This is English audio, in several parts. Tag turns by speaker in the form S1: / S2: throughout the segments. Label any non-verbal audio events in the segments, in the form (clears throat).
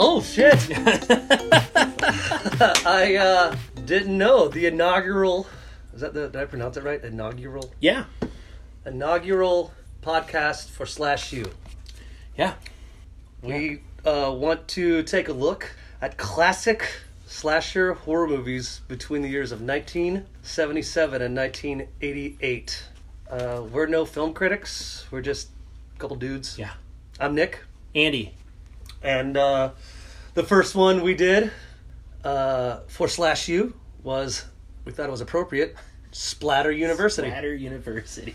S1: Oh, Shit! (laughs) I uh, didn't know the inaugural. Is that the? Did I pronounce it right? Inaugural.
S2: Yeah,
S1: Inaugural podcast for Slash U.
S2: yeah.
S1: We uh, want to take a look at classic slasher horror movies between the years of 1977 and 1988. Uh, we're no film critics. We're just a couple dudes.
S2: Yeah.
S1: I'm Nick.
S2: Andy.
S1: And uh, the first one we did uh, for Slash U was, we thought it was appropriate, Splatter University.
S2: Matter (laughs) University.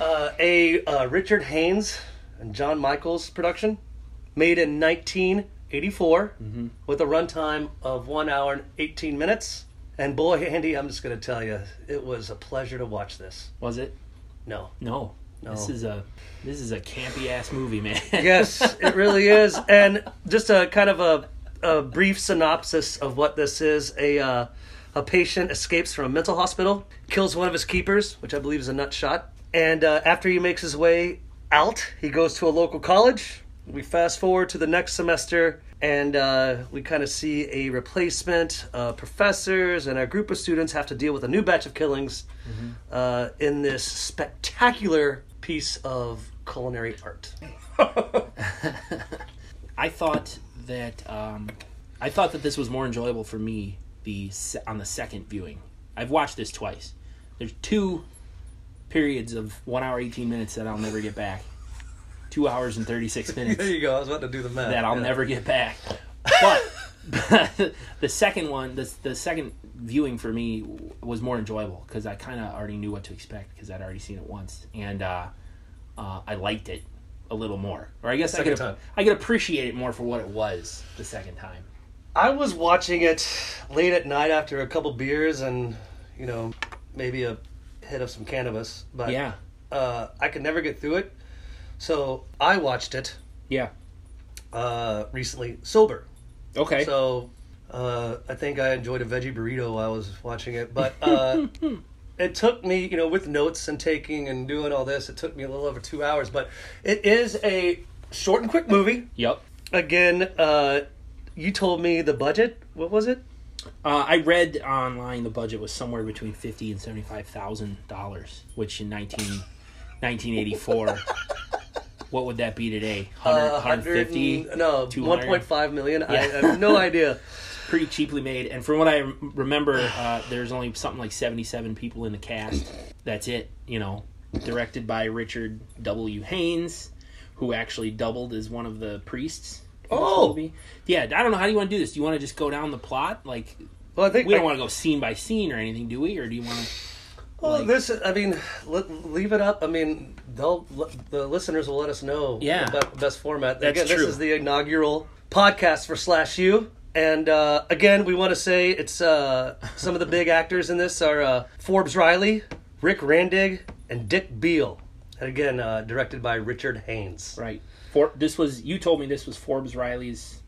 S1: Uh, a uh, Richard Haynes and John Michaels production, made in 1984, with a runtime of one hour and 18 minutes. And boy, Andy, I'm just going to tell you, it was a pleasure to watch this.
S2: Was it?
S1: No.
S2: No. This is a this is a campy ass movie, (laughs) man.
S1: yes, it really is. And just a kind of a, a brief synopsis of what this is: a uh, a patient escapes from a mental hospital, kills one of his keepers, which I believe is a nut shot, and uh, after he makes his way out, he goes to a local college. We fast forward to the next semester, and uh, we kind of see a replacement. Uh, professors and a group of students have to deal with a new batch of killings uh, in this spectacular piece of culinary art.
S2: I thought that um, I thought that this was more enjoyable for me the se- on the second viewing. I've watched this twice. There's two periods of one hour eighteen minutes that I'll never get back. Two hours and thirty six minutes.
S1: There you go. I was about to do the math.
S2: that I'll
S1: Yeah.
S2: never get
S1: (laughs)
S2: back. But (laughs) the second one, the, the second viewing for me w- was more enjoyable because I kind of already knew what to expect because I'd already seen it once, and uh, uh, I liked it a little more. Or I guess I
S1: Second
S2: could
S1: time.
S2: I could appreciate it more for what it was the second time.
S1: I was watching it late at night after a couple beers and, you know, maybe a hit of some cannabis. But
S2: Yeah,
S1: uh, I could never get through it. So I watched it
S2: yeah,
S1: uh, recently sober.
S2: okay,
S1: So uh, I think I enjoyed a veggie burrito while I was watching it.
S2: (laughs)
S1: But uh, it took me, you know, with notes and taking and doing all this, it took me a little over two hours. But it is a short and quick movie.
S2: yep.
S1: Again, uh, you told me the budget. What was it?
S2: Uh, I read online the budget was somewhere between fifty and seventy five thousand dollars, which in 19,
S1: (laughs)
S2: 1984, what would that be today? 100,
S1: Uh,
S2: 150?
S1: 100 No,
S2: 200?
S1: 1.5 million. I
S2: Yeah.
S1: have
S2: (laughs)
S1: no idea.
S2: pretty cheaply made. And from what I rem- remember, uh, there's only something like 77 people in the cast. That's it, you know. Directed by Richard W. Haynes, who actually doubled as one of the priests. in this
S1: Oh.
S2: movie. yeah. I don't know. How do you want to do this? Do you want to just go down the plot? Like,
S1: Well, I think
S2: we don't want to go scene by scene or anything, do we? Or do you want to?
S1: Well,
S2: like-
S1: this. I mean, let, leave it up. I mean, they'll the listeners will let us know.
S2: Yeah.
S1: the be- best format.
S2: That's
S1: again,
S2: true.
S1: This is the inaugural podcast for Slash U. And uh, again, we want to say it's uh, some of the big actors in this are uh, Forbes Riley, Rick Randig, and Dick Beale. And again, uh, directed by Richard Haynes.
S2: Right. For this was you told me this was Forbes Riley's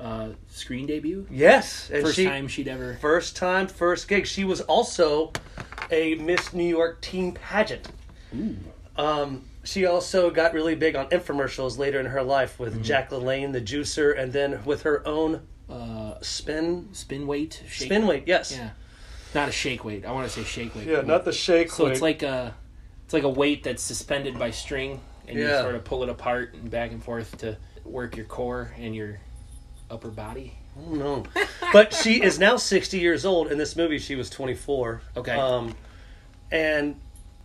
S2: uh, screen debut.
S1: Yes, and
S2: First
S1: she,
S2: time she'd ever.
S1: first time, first gig. She was also a Miss New York teen pageant. Um, she also got really big on infomercials later in her life
S2: Mm-hmm.
S1: with Jacqueline Lane, the juicer, and then with her own
S2: Uh,
S1: spin
S2: spin weight. Shake,
S1: spin weight. Yes. Mm-hmm.
S2: Yeah. Not a shake weight. I want to say shake weight.
S1: the shake.
S2: So it's like a, it's like a weight that's suspended by string, and you
S1: Yeah.
S2: sort of pull it apart and back and forth to work your core and your upper body. (laughs)
S1: no, but she is now sixty years old. In this movie, she was twenty four.
S2: Okay.
S1: Um, and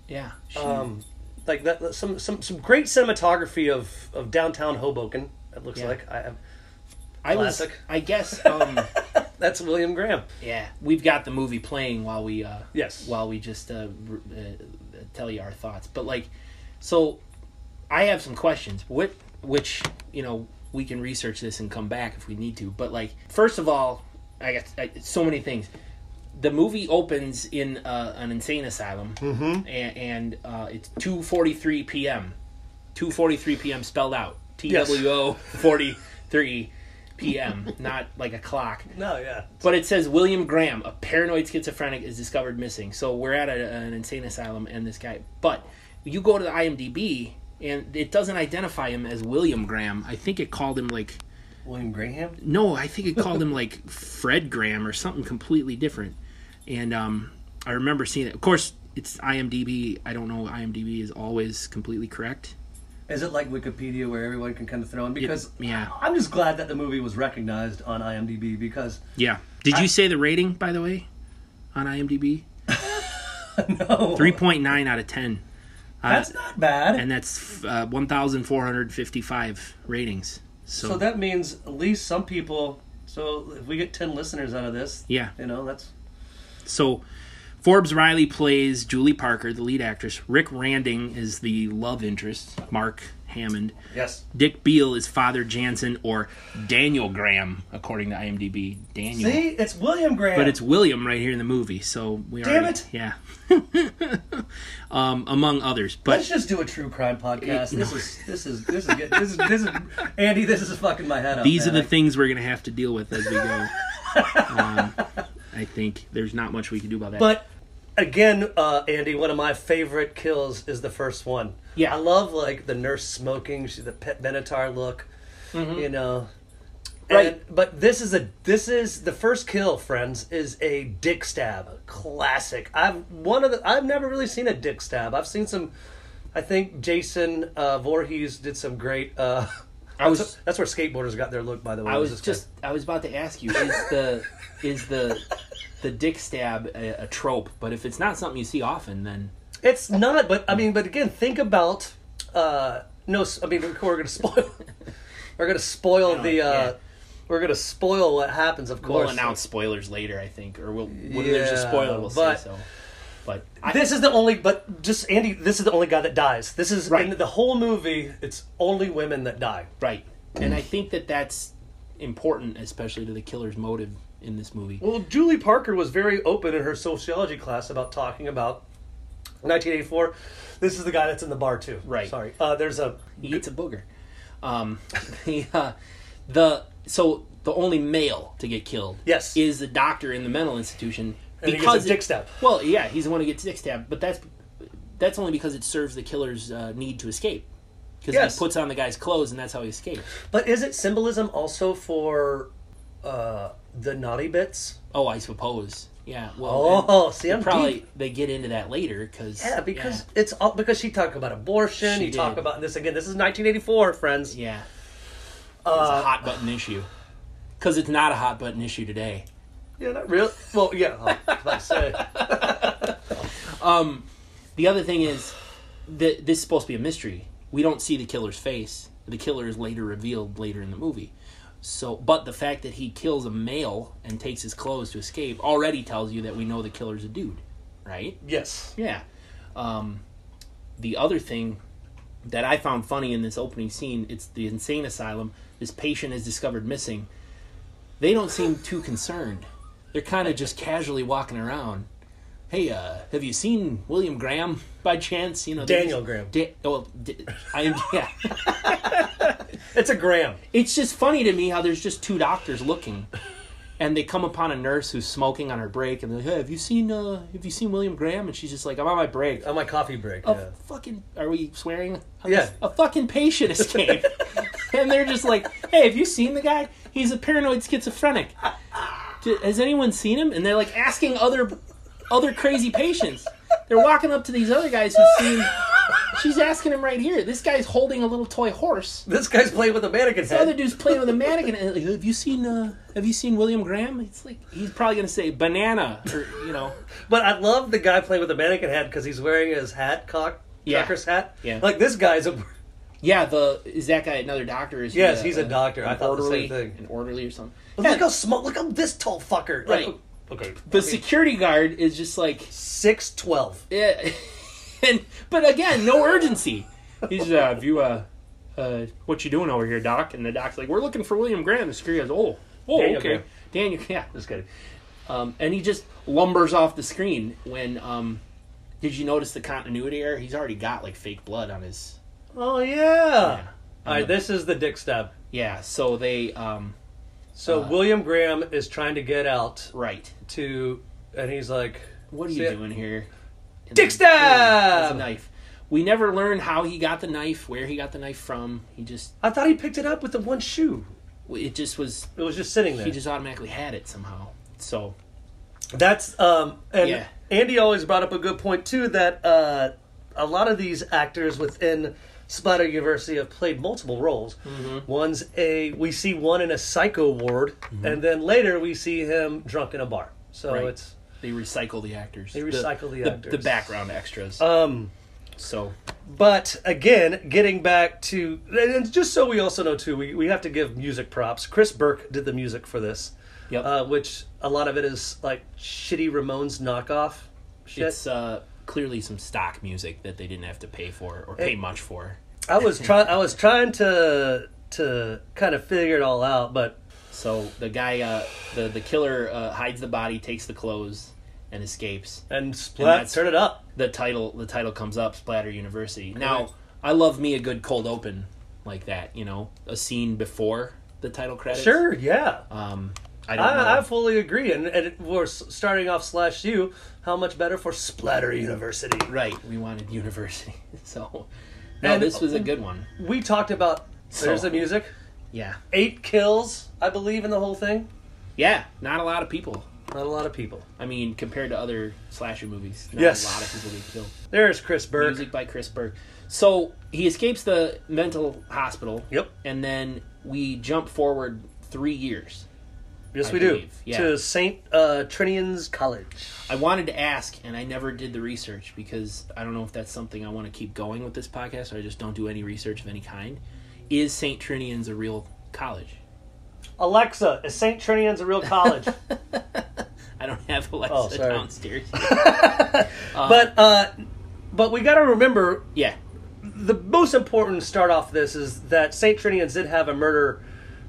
S2: Yeah. She,
S1: um, like that that- some some some great cinematography of of downtown Hoboken. It looks
S2: Yeah.
S1: like I have.
S2: I was.
S1: classic.
S2: I guess. Um,
S1: That's William Graham.
S2: yeah. We've got the movie playing while we. Uh,
S1: Yes.
S2: While we just uh, r- uh, tell you our thoughts, but like, so, I have some questions. What, which you know, we can research this and come back if we need to. But like, first of all, I got I, so many things. the movie opens in uh, an insane asylum, mm-hmm. and, and uh, it's two forty three p.m. Two forty three p.m. spelled out. T W O forty three p.m. Not like a clock.
S1: No, yeah.
S2: But it says William Graham, a paranoid schizophrenic, is discovered missing. So we're at a, an insane asylum, and this guy. But you go to the IMDb, and it doesn't identify him as William Graham. I think it called him like
S1: William Graham?
S2: No, I think it called him like Fred Graham or something completely different. And um, I remember seeing it. Of course, it's IMDb. I don't know. IMDb is always completely correct.
S1: Is it like Wikipedia where everyone can kind of throw in? Because
S2: yeah.
S1: I'm just glad that the movie was recognized on IMDb because (laughs)
S2: Yeah. Did you say the rating, by the way, on IMDb?
S1: no,
S2: 3.9 out of 10.
S1: that's not bad.
S2: And that's uh, 1,455 ratings. So,
S1: so that means at least some people. So if we get ten listeners out of this,
S2: yeah.
S1: you know that's
S2: So Forbes Riley plays Julie Parker, the lead actress. Rick Randing is the love interest, Mark Hammond.
S1: yes.
S2: Dick Beale is Father Jansen or Daniel Graham, according to IMDb. Daniel.
S1: See, it's William Graham.
S2: But it's William right here in the movie, so we are.
S1: Damn it.
S2: Yeah. (laughs) um, among others.
S1: let's
S2: But
S1: just do a true crime podcast.
S2: (laughs)
S1: This is this is this is good. this is this is Andy. This is fucking my head up.
S2: these are
S1: man.
S2: the
S1: I-
S2: things we're going to have to deal with as we go. um, I think there's not much we can do about that.
S1: But again, uh, Andy, one of my favorite kills is the first one.
S2: Yeah.
S1: I love like the nurse smoking, she, the Pet Benatar look, you know.
S2: Mm-hmm. Right.
S1: And- but this is a this is the first kill, friends, is a dick stab, classic. I've one of the I've never really seen a dick stab. I've seen some. I think Jason uh, Voorhees did some great. Uh,
S2: I was-
S1: (laughs) that's- that's where skateboarders got their look, by the way.
S2: I
S1: was
S2: was
S1: this guy.
S2: just I was about to ask you is the is the the dick stab a, a trope? But if it's not something you see often, then
S1: It's not, but I mean, but again, think about uh no. s- I mean, (laughs) we're gonna spoil. we're gonna spoil the. uh
S2: yeah.
S1: We're gonna spoil what happens, of course.
S2: we'll announce spoilers later. I think, or we'll when there's a
S1: Yeah,
S2: spoiler, we'll
S1: but-
S2: say so. But I,
S1: This is the only, but just Andy. This is the only guy that dies. This is
S2: Right.
S1: in the whole movie. It's only women that die.
S2: right, and I think that that's important, especially to the killer's motive in this movie.
S1: Well, Julie Parker was very open in her sociology class about talking about 1984. This is the guy that's in the bar too.
S2: Right.
S1: Sorry. Uh, there's a
S2: He eats a booger. Um, (laughs) the, uh, the so the only male to get killed.
S1: Yes.
S2: is the doctor in the mental institution
S1: And he gets a
S2: it-
S1: dick stab.
S2: Well, yeah, he's the one who gets dick stabbed, but that's that's only because it serves the killer's uh, need to escape. Because
S1: Yes.
S2: he puts on the guy's clothes, and that's how he escapes.
S1: But is it symbolism also for uh, the naughty bits?
S2: Oh, I suppose. Yeah. Well,
S1: Oh, see, I'm
S2: and probably
S1: deep.
S2: they get into that later because
S1: Yeah, because it's all because she talked about abortion.
S2: She
S1: you talk
S2: did.
S1: about this again. This is 1984, friends.
S2: yeah, it's
S1: Uh,
S2: a hot button issue. Because it's not a hot button issue today.
S1: Yeah, not real. Well, yeah. oh, I was about to say. (laughs)
S2: The other thing is that this is supposed to be a mystery. We don't see the killer's face. The killer is later revealed later in the movie. So, but the fact that he kills a male and takes his clothes to escape already tells you that we know the killer's a dude, right?
S1: yes.
S2: Yeah. Um, the other thing that I found funny in this opening scene, it's the insane asylum. This patient is discovered missing. They don't seem too concerned. They're kind of just casually walking around. Hey, uh, have you seen William Graham by chance? You know they
S1: Daniel
S2: just-
S1: Graham.
S2: Da- oh, well, d- I am. Yeah, (laughs)
S1: It's a gram.
S2: it's just funny to me how there's just two doctors looking, and they come upon a nurse who's smoking on her break, and they're like, "Hey, have you seen uh, have you seen William Graham?" And she's just like, "I'm on my break."
S1: On my coffee break.
S2: a
S1: yeah.
S2: fucking are we swearing A-
S1: Yeah.
S2: a fucking patient
S1: (laughs)
S2: escaped and they're just like hey have you seen the guy he's a paranoid schizophrenic D- has anyone seen him and they're like asking other other crazy patients they're walking up to these other guys who've seen she's asking him right here this guy's holding a little toy horse
S1: This guy's playing with a mannequin
S2: the other
S1: head.
S2: dude's playing with a mannequin and like, have you seen uh, have you seen william graham it's like he's probably gonna say banana or you know
S1: But I love the guy playing with a mannequin head because he's wearing his hat, cock,
S2: Yeah.
S1: trucker's hat.
S2: Yeah.
S1: Like this guy's a.
S2: Yeah, the is that guy another doctor? Is he
S1: Yes, he's a doctor. I thought the same
S2: orderly,
S1: thing.
S2: An orderly or something. Yeah,
S1: Look how small. Look how this tall fucker. Like,
S2: Right.
S1: Okay.
S2: the security guard is just like,
S1: Six twelve.
S2: yeah, (laughs) and but again, no urgency. He's uh, have you uh, uh, what you doing over here, doc? And the doc's like, we're looking for William Graham. The security goes, oh, oh,
S1: Daniel
S2: okay,
S1: Graham.
S2: Daniel, yeah,
S1: Just kidding.
S2: um, and he just lumbers off the screen when um. Did you notice the continuity error? He's already got like fake blood on his
S1: Oh yeah. All
S2: Uh,
S1: right, this is the dick stab.
S2: yeah. So they um
S1: So William Graham is trying to get out
S2: right.
S1: to, and he's like,
S2: What are you
S1: See,
S2: doing here? And
S1: Dick
S2: then, boom, it's
S1: stab!
S2: A knife. We never learn how he got the knife, where he got the knife from. He just
S1: "I thought he picked it up with the one shoe."
S2: It just was.
S1: It was just sitting there.
S2: He just automatically had it somehow. So
S1: That's um and
S2: Yeah.
S1: Andy always brought up a good point too that uh a lot of these actors within Splatter University have played multiple roles.
S2: Mm-hmm.
S1: One's a we see one in a psycho ward and then later we see him drunk in a bar. So
S2: Right.
S1: Oh, it's
S2: they recycle the actors. They
S1: recycle the actors.
S2: The background extras.
S1: um
S2: so
S1: but again, getting back to and just so we also know too, we, we have to give music props. Chris Burke did the music for this.
S2: Yep.
S1: Uh, which a lot of it is like shitty Ramones knockoff shit.
S2: it's uh, clearly some stock music that they didn't have to pay for or pay much for. (laughs)
S1: I was trying. I was trying to to kind of figure it all out, but
S2: So the guy, uh, the the killer, uh, hides the body, takes the clothes, and escapes.
S1: and splat
S2: that's-
S1: turn it up.
S2: The title the title comes up, Splatter University. Now I love me a good cold open like that. You know, a scene before the title credits.
S1: Sure, yeah,
S2: Um, I don't know.
S1: I, I fully agree. And, and it- we're s- starting off slash you. How much better for Splatter University?
S2: Right, we wanted (laughs) university. So, no,
S1: And- oh.
S2: this was a good one.
S1: We talked about. There's
S2: So-
S1: the music.
S2: Yeah,
S1: Eight kills, I believe, in the whole thing.
S2: yeah, not a lot of people.
S1: Not a lot of people.
S2: I mean, compared to other slasher movies, not
S1: Yes.
S2: a lot of people get killed.
S1: There's Chris Burke.
S2: Music by Chris Berg. So he escapes the mental hospital.
S1: Yep.
S2: And then we jump forward three years.
S1: Yes,
S2: I
S1: we
S2: believe,
S1: do.
S2: yeah.
S1: To Saint uh, Trinian's College.
S2: I wanted to ask, and I never did the research because I don't know if that's something I want to keep going with this podcast, or I just don't do any research of any kind. Is St. Trinian's a real college?
S1: Alexa, is Saint Trinian's a real college?
S2: I don't have Alexa
S1: Oh, sorry.
S2: downstairs.
S1: (laughs) but uh, but we got to remember
S2: yeah.
S1: the most important to start off this is that St. Trinian's did have a murder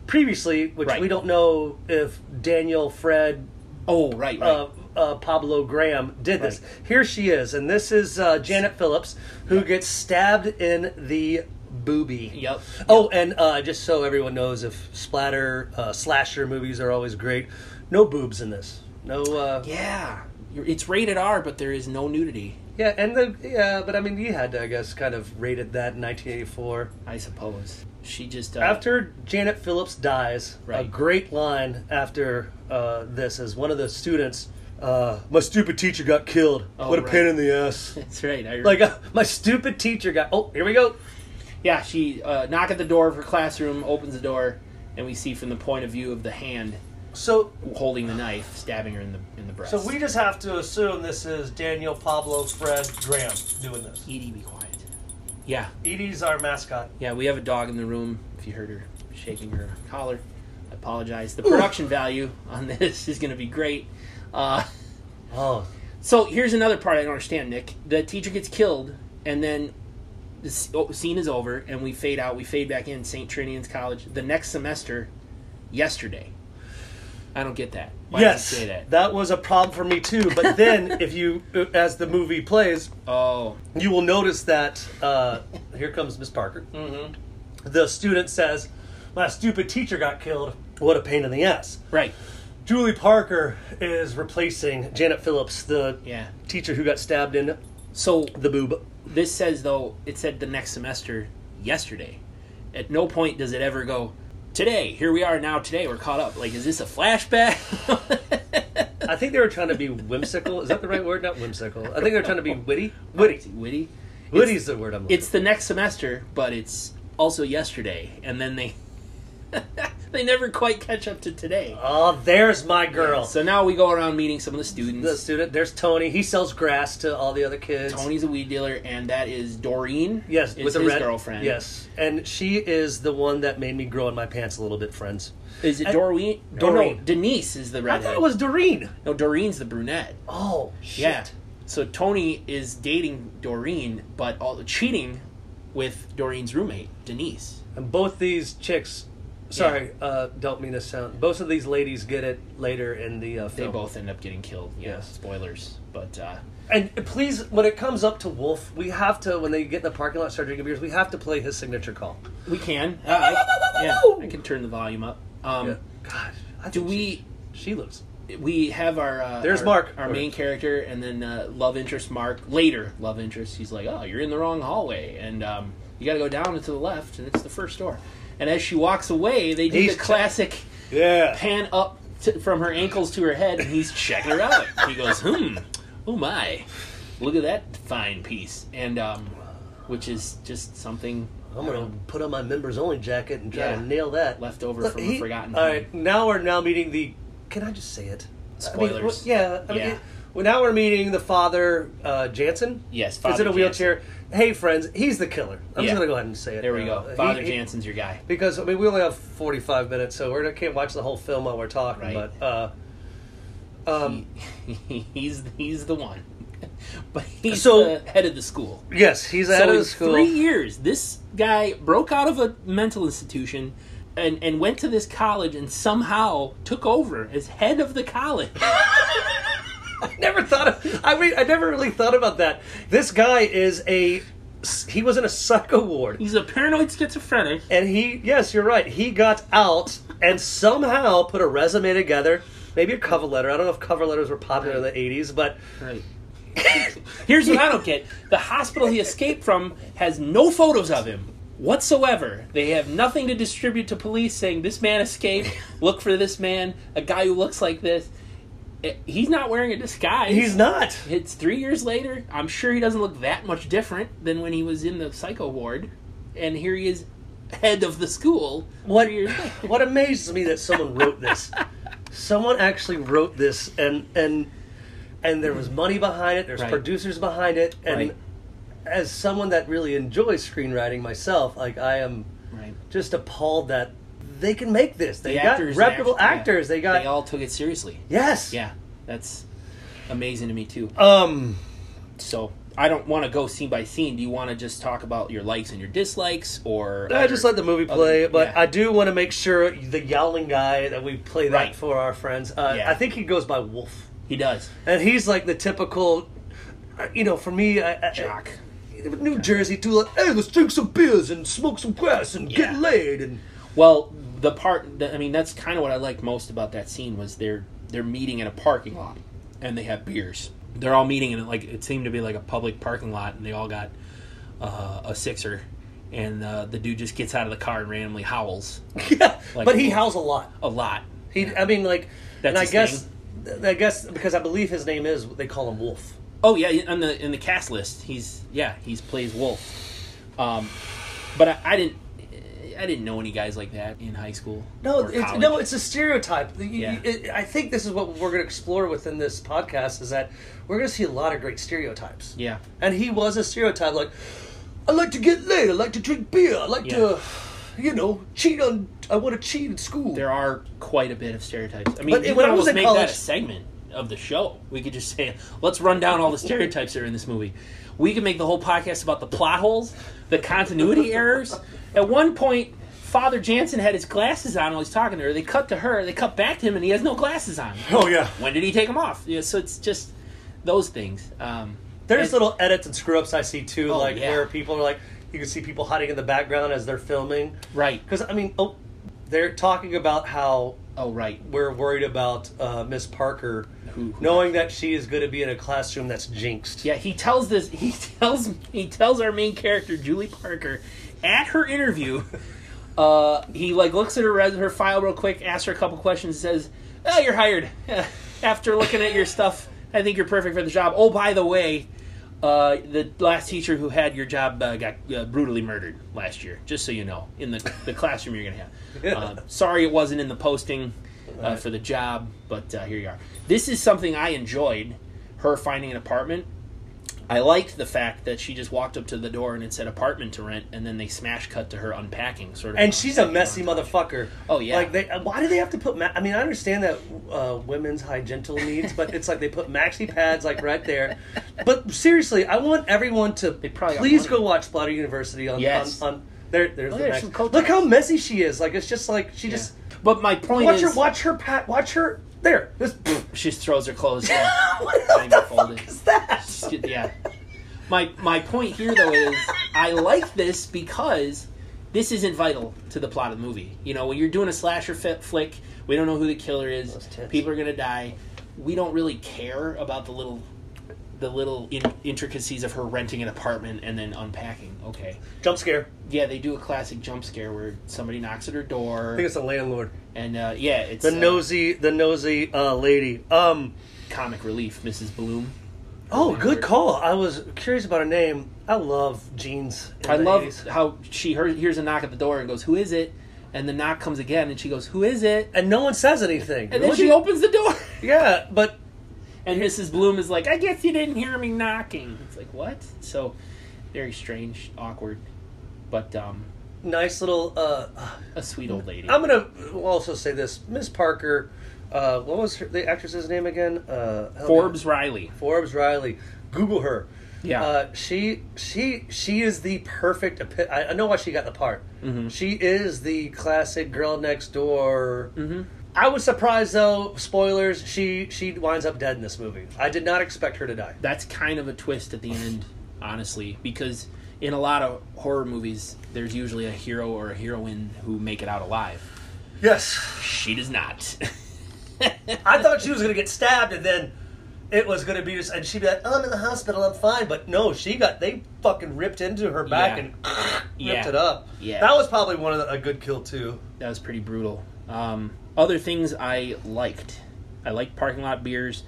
S1: previously, which
S2: Right.
S1: we don't know if Daniel, Fred,
S2: Oh, right, right.
S1: uh, uh, Pablo Graham did this. Here she is, and this is uh, Janet Phillips, who gets stabbed in the boobie.
S2: Yep.
S1: Oh, and uh, just so everyone knows, if splatter uh, slasher movies are always great, no boobs in this. No. Uh, yeah.
S2: yeah. You're, it's rated R, but there is no nudity,
S1: and the yeah, but I mean, you had to, I guess, kind of rated that in 1984.
S2: I suppose. She just. Uh,
S1: After Janet Phillips dies, a
S2: Right.
S1: great line after uh, this is one of the students. Uh, my stupid teacher got killed.
S2: Oh,
S1: what a
S2: right.
S1: pain in the ass.
S2: (laughs) That's right. I,
S1: like uh, my stupid teacher got. Oh, here we go.
S2: yeah, she uh, knock at the door of her classroom, opens the door, and we see from the point of view of the hand
S1: So,
S2: holding the knife, stabbing her in the in the breast.
S1: so we just have to assume this is Daniel, Pablo, Fred, Graham doing this.
S2: Edie, be quiet. Yeah,
S1: Edie's our mascot.
S2: yeah. We have a dog in the room. If you heard her shaking her collar, I apologize. The production value on this is going to be great. Uh,
S1: Oh,
S2: So here's another part I don't understand, Nick. The teacher gets killed, and then the s- oh, scene is over, and we fade out. We fade back in St. Trinian's College the next semester, yesterday. I don't get that. Why does
S1: yes,
S2: it say that?
S1: was a problem for me too.
S2: (laughs)
S1: But then, if you, uh, as the movie plays,
S2: Oh,
S1: you will notice that uh, here comes Miss Parker.
S2: Mm-hmm.
S1: The student says, "My stupid teacher got killed. What a pain in the ass."
S2: right.
S1: Julie Parker is replacing Janet Phillips, the
S2: Yeah.
S1: teacher who got stabbed in
S2: So
S1: the boob.
S2: this says though it said the next semester yesterday. At no point does it ever go today. Here we are now. Today we're caught up. Like, is this a flashback? (laughs)
S1: I think they were trying to be whimsical. Is that the right word? Not whimsical. I think they were trying to be witty. Witty.
S2: Witty.
S1: Witty's the word I'm looking.
S2: it's the next semester, but it's also yesterday, and then they (laughs) they never quite catch up to today.
S1: Oh, there's my girl.
S2: So now we go around meeting some of the students.
S1: the student. There's Tony. He sells grass to all the other kids.
S2: Tony's a weed dealer, and that is Doreen.
S1: yes,
S2: is
S1: with a
S2: his
S1: red
S2: girlfriend.
S1: Yes, and she is the one that made me grow in my pants a little bit, friends.
S2: is it
S1: And-
S2: Doreen? Doreen.
S1: Doreen.
S2: Denise is the
S1: I
S2: redhead.
S1: thought it was Doreen.
S2: no, Doreen's the brunette.
S1: Oh shit.
S2: Yeah. So Tony is dating Doreen, but all, cheating with Doreen's roommate Denise.
S1: And both these chicks. Sorry, uh, don't mean to sound. Both of these ladies get it later in the uh,
S2: They
S1: film.
S2: both end up getting killed. Yeah,
S1: Yes.
S2: spoilers, but uh,
S1: And please, when it comes up to Wolf, we have to when they get in the parking lot, and start drinking beers. We have to play his signature call.
S2: we
S1: (laughs)
S2: can. Uh, I, yeah, I can turn the volume up. Um,
S1: Yeah. God, I
S2: Do
S1: think
S2: we?
S1: She, she looks.
S2: We have our uh,
S1: There's
S2: our-
S1: Mark.
S2: our main character, and then uh, love interest Mark. Later, love interest. He's like, "Oh, you're in the wrong hallway, and um, you got to go down and to the left, and it's the first door." And as she walks away, they do
S1: He's
S2: the classic
S3: Yeah.
S2: pan up to, from her ankles to her head, and he's checking her out. He goes, "Hmm, oh my, look at that fine piece," and um, which is just something
S1: I'm gonna put on my members only jacket and try
S2: Yeah.
S1: to nail that
S2: left over
S1: Look,
S2: from
S1: he-
S2: a forgotten.
S1: All
S2: time.
S1: right, now we're now meeting the. Can I just say it? I mean,
S2: Spoilers.
S1: wh- yeah, I mean,
S2: Yeah.
S1: well, now we're meeting the father uh, Jansen.
S2: Yes,
S1: is in
S2: Father
S1: a wheelchair. Hey, friends, he's the killer. I'm
S2: Yeah.
S1: just gonna go ahead and say it.
S2: There we
S1: now.
S2: go.
S1: Uh, He-
S2: Father
S1: he-
S2: Jansen's your guy. (laughs)
S1: because I mean we only have 45 minutes, so we can't watch the whole film while we're talking.
S2: Right.
S1: But uh, um,
S2: he's he's the one. (laughs) But he's
S1: So-
S2: the head of the school.
S1: yes, he's out
S2: so
S1: of
S2: in
S1: the school.
S2: three
S1: (laughs)
S2: years, this guy broke out of a mental institution and, and went to this college and somehow took over as head of the college.
S1: never thought of I mean I never really thought about that. This guy is a he was in a psycho ward.
S2: He's a paranoid schizophrenic.
S1: And he yes, you're right. He got out and somehow put a resume together. Maybe a cover letter. I don't know if cover letters were popular in the 80s, but
S2: Right. Here's what I don't get: the hospital he escaped from has no photos of him whatsoever. They have nothing to distribute to police saying this man escaped. Look for this man, a guy who looks like this. Eh, He's not wearing a disguise.
S1: he's not.
S2: It's three years later. I'm sure he doesn't look that much different than when he was in the psycho ward, and here he is, head of the school.
S1: What
S2: Three years later.
S1: what amazes me that someone wrote this. Someone actually wrote this, and and and there was money behind it. There's
S2: Right.
S1: producers behind it, and
S2: Right.
S1: as someone that really enjoys screenwriting myself, like I am
S2: Right.
S1: just appalled that they can make this. They
S2: The
S1: got
S2: actors and
S1: reputable
S2: act- yeah.
S1: actors. They got
S2: They all took it seriously.
S1: yes,
S2: Yeah, that's amazing to me too.
S1: Um,
S2: So I don't want to go scene by scene. Do you want to just talk about your likes and your dislikes, or
S1: I just let the movie play,
S2: other-
S1: but
S2: yeah.
S1: I do want to make sure the yowling guy that we play that
S2: Right.
S1: for our friends. Uh,
S2: Yeah.
S1: I think he goes by Wolf.
S2: he does
S1: And he's like the typical, uh, you know, for me, I, I,
S2: jock?
S1: New Jersey too. Like, hey, let's drink some beers and smoke some grass and
S2: Yeah.
S1: get laid. And (laughs)
S2: Well, the part that I mean, that's kind of what I liked most about that scene was they're they're meeting in a parking lot and they have beers. They're all meeting in like it seemed to be like a public parking lot, and they all got uh, a sixer, and uh, the dude just gets out of the car and randomly howls
S1: yeah,
S2: Like-
S1: but he howls a lot.
S2: a lot.
S1: He, I mean, like,
S2: That's
S1: and I
S2: his
S1: guess, I guess because I believe his name is they call him Wolf.
S2: Oh yeah, on the in the cast list, he's yeah he's plays Wolf. Um, but I, I didn't I didn't know any guys like that in high school.
S1: No,
S2: or
S1: it's,
S2: college.
S1: no, it's a stereotype. You- you-
S2: Yeah.
S1: it- I think this is what we're going to explore within this podcast is that we're going to see a lot of great stereotypes.
S2: yeah.
S1: And he was a stereotype, like, I like to get laid, I like to drink beer, I like to, you know, cheat on, I want to cheat in school. (laughs)
S2: There are quite a bit of stereotypes. I mean,
S1: But
S2: you
S1: when
S2: could
S1: I was
S2: almost
S1: in
S2: make that
S1: college-
S2: a segment of the show. We could just say, let's run down all the stereotypes that are in this movie. We could make the whole podcast about the plot holes, the continuity
S1: (laughs)
S2: errors. At one point, Father Jansen had his glasses on while he's talking to her. They cut to her, they cut back to him, and he has no glasses on.
S3: Oh yeah.
S2: When did he take them off? Yeah, so it's just those things. Um,
S1: There's
S2: and-
S1: little edits and screw ups I see too,
S2: Oh,
S1: like
S2: yeah.
S1: where people are like, you can see people hiding in the background as they're filming.
S2: Right.
S1: Because, I mean, oh, they're talking about how
S2: Oh, right.
S1: we're worried about uh, Miss Parker,
S2: Who- who-
S1: knowing that she is going to be in a classroom that's jinxed.
S2: Yeah, he tells this. He (laughs) tells he tells our main character Julie Parker at her interview. (laughs) Uh, he like looks at her res- her file real quick, asks her a couple questions, says, "Oh, you're hired." (laughs) After looking at your stuff, I think you're perfect for the job. Oh, by the way, uh, the last teacher who had your job uh, got uh, brutally murdered last year. Just so you know, in the the classroom you're gonna have. Uh, sorry, it wasn't in the posting uh, for the job, but uh, here you are. This is something I enjoyed. Her finding an apartment I liked the fact that she just walked up to the door and it said apartment to rent, and then they smash cut to her unpacking, sort of.
S1: And she's a messy motherfucker.
S2: Oh, yeah.
S1: Like they, uh, why do they have to put? Ma- I mean, I understand that uh, women's hygienical needs, but it's like they put maxi pads like right there. But seriously, I want everyone to
S2: probably got
S1: please
S2: money.
S1: go watch Bloody University on
S2: Yes.
S1: on. on there, there's
S2: Oh,
S1: the
S2: there's
S1: max.
S2: some coat
S1: Look how
S2: tags.
S1: messy she is. Like it's just like she just
S2: But my point
S1: watch
S2: is,
S1: her watch her pat watch her there. This (laughs)
S2: she just throws her clothes down.
S1: what
S2: Not even
S1: the
S2: folded.
S1: fuck is that?
S2: Just get- yeah. My my point here though is I like this because this isn't vital to the plot of the movie. You know, when you're doing a slasher fi- flick, we don't know who the killer is.
S1: Those tits.
S2: People are gonna die. We don't really care about the little the the little in- intricacies of her renting an apartment and then unpacking. Okay.
S1: Jump scare.
S2: Yeah, they do a classic jump scare where somebody knocks at her
S1: I think
S2: door,
S1: it's the landlord.
S2: and uh, yeah, it's
S1: The
S2: uh,
S1: nosy, the nosy uh, lady. Um.
S2: comic relief, Mrs. Bloom.
S1: Oh,
S2: Landlord.
S1: good call. I was curious about her name. I love jeans. in
S2: I
S1: the
S2: love
S1: 80s.
S2: how she heard, hears a knock at the door and goes, "Who is it?" And the knock comes again, and she goes, "Who is it?"
S1: And no one says anything.
S2: And then
S1: Would
S2: she
S1: you-
S2: opens the door, (laughs)
S1: Yeah, but
S2: and Mrs. Bloom is like, "I guess you didn't hear me knocking." It's like what? So very strange, awkward, but um,
S1: nice little. Uh,
S2: a sweet old lady.
S1: I'm gonna also say this, Miss Parker. Uh, what was her, the actress's name again? Uh, help me.
S2: Forbes Riley.
S1: Forbes Riley. Google her.
S2: Yeah.
S1: Uh, she she she is the perfect. epi- I, I know why she got the part.
S2: Mhm.
S1: She is the classic girl next door.
S2: mm-hmm.
S1: I was surprised though. Spoilers. She she winds up dead in this movie. I did not expect her to die.
S2: That's kind of a twist at the end, honestly, because in a lot of horror movies, there's usually a hero or a heroine who make it out alive.
S1: Yes.
S2: She does not. (laughs)
S1: I thought she was gonna get stabbed and then. It was gonna be just, and she'd be like, "Oh, I'm in the hospital. I'm fine." But no, she got they fucking ripped into her back
S2: Yeah.
S1: and (clears throat) ripped
S2: Yeah.
S1: it up.
S2: Yeah.
S1: that was probably one of the, a good kill too.
S2: that was pretty brutal. Um, other things I liked, I liked parking lot beers.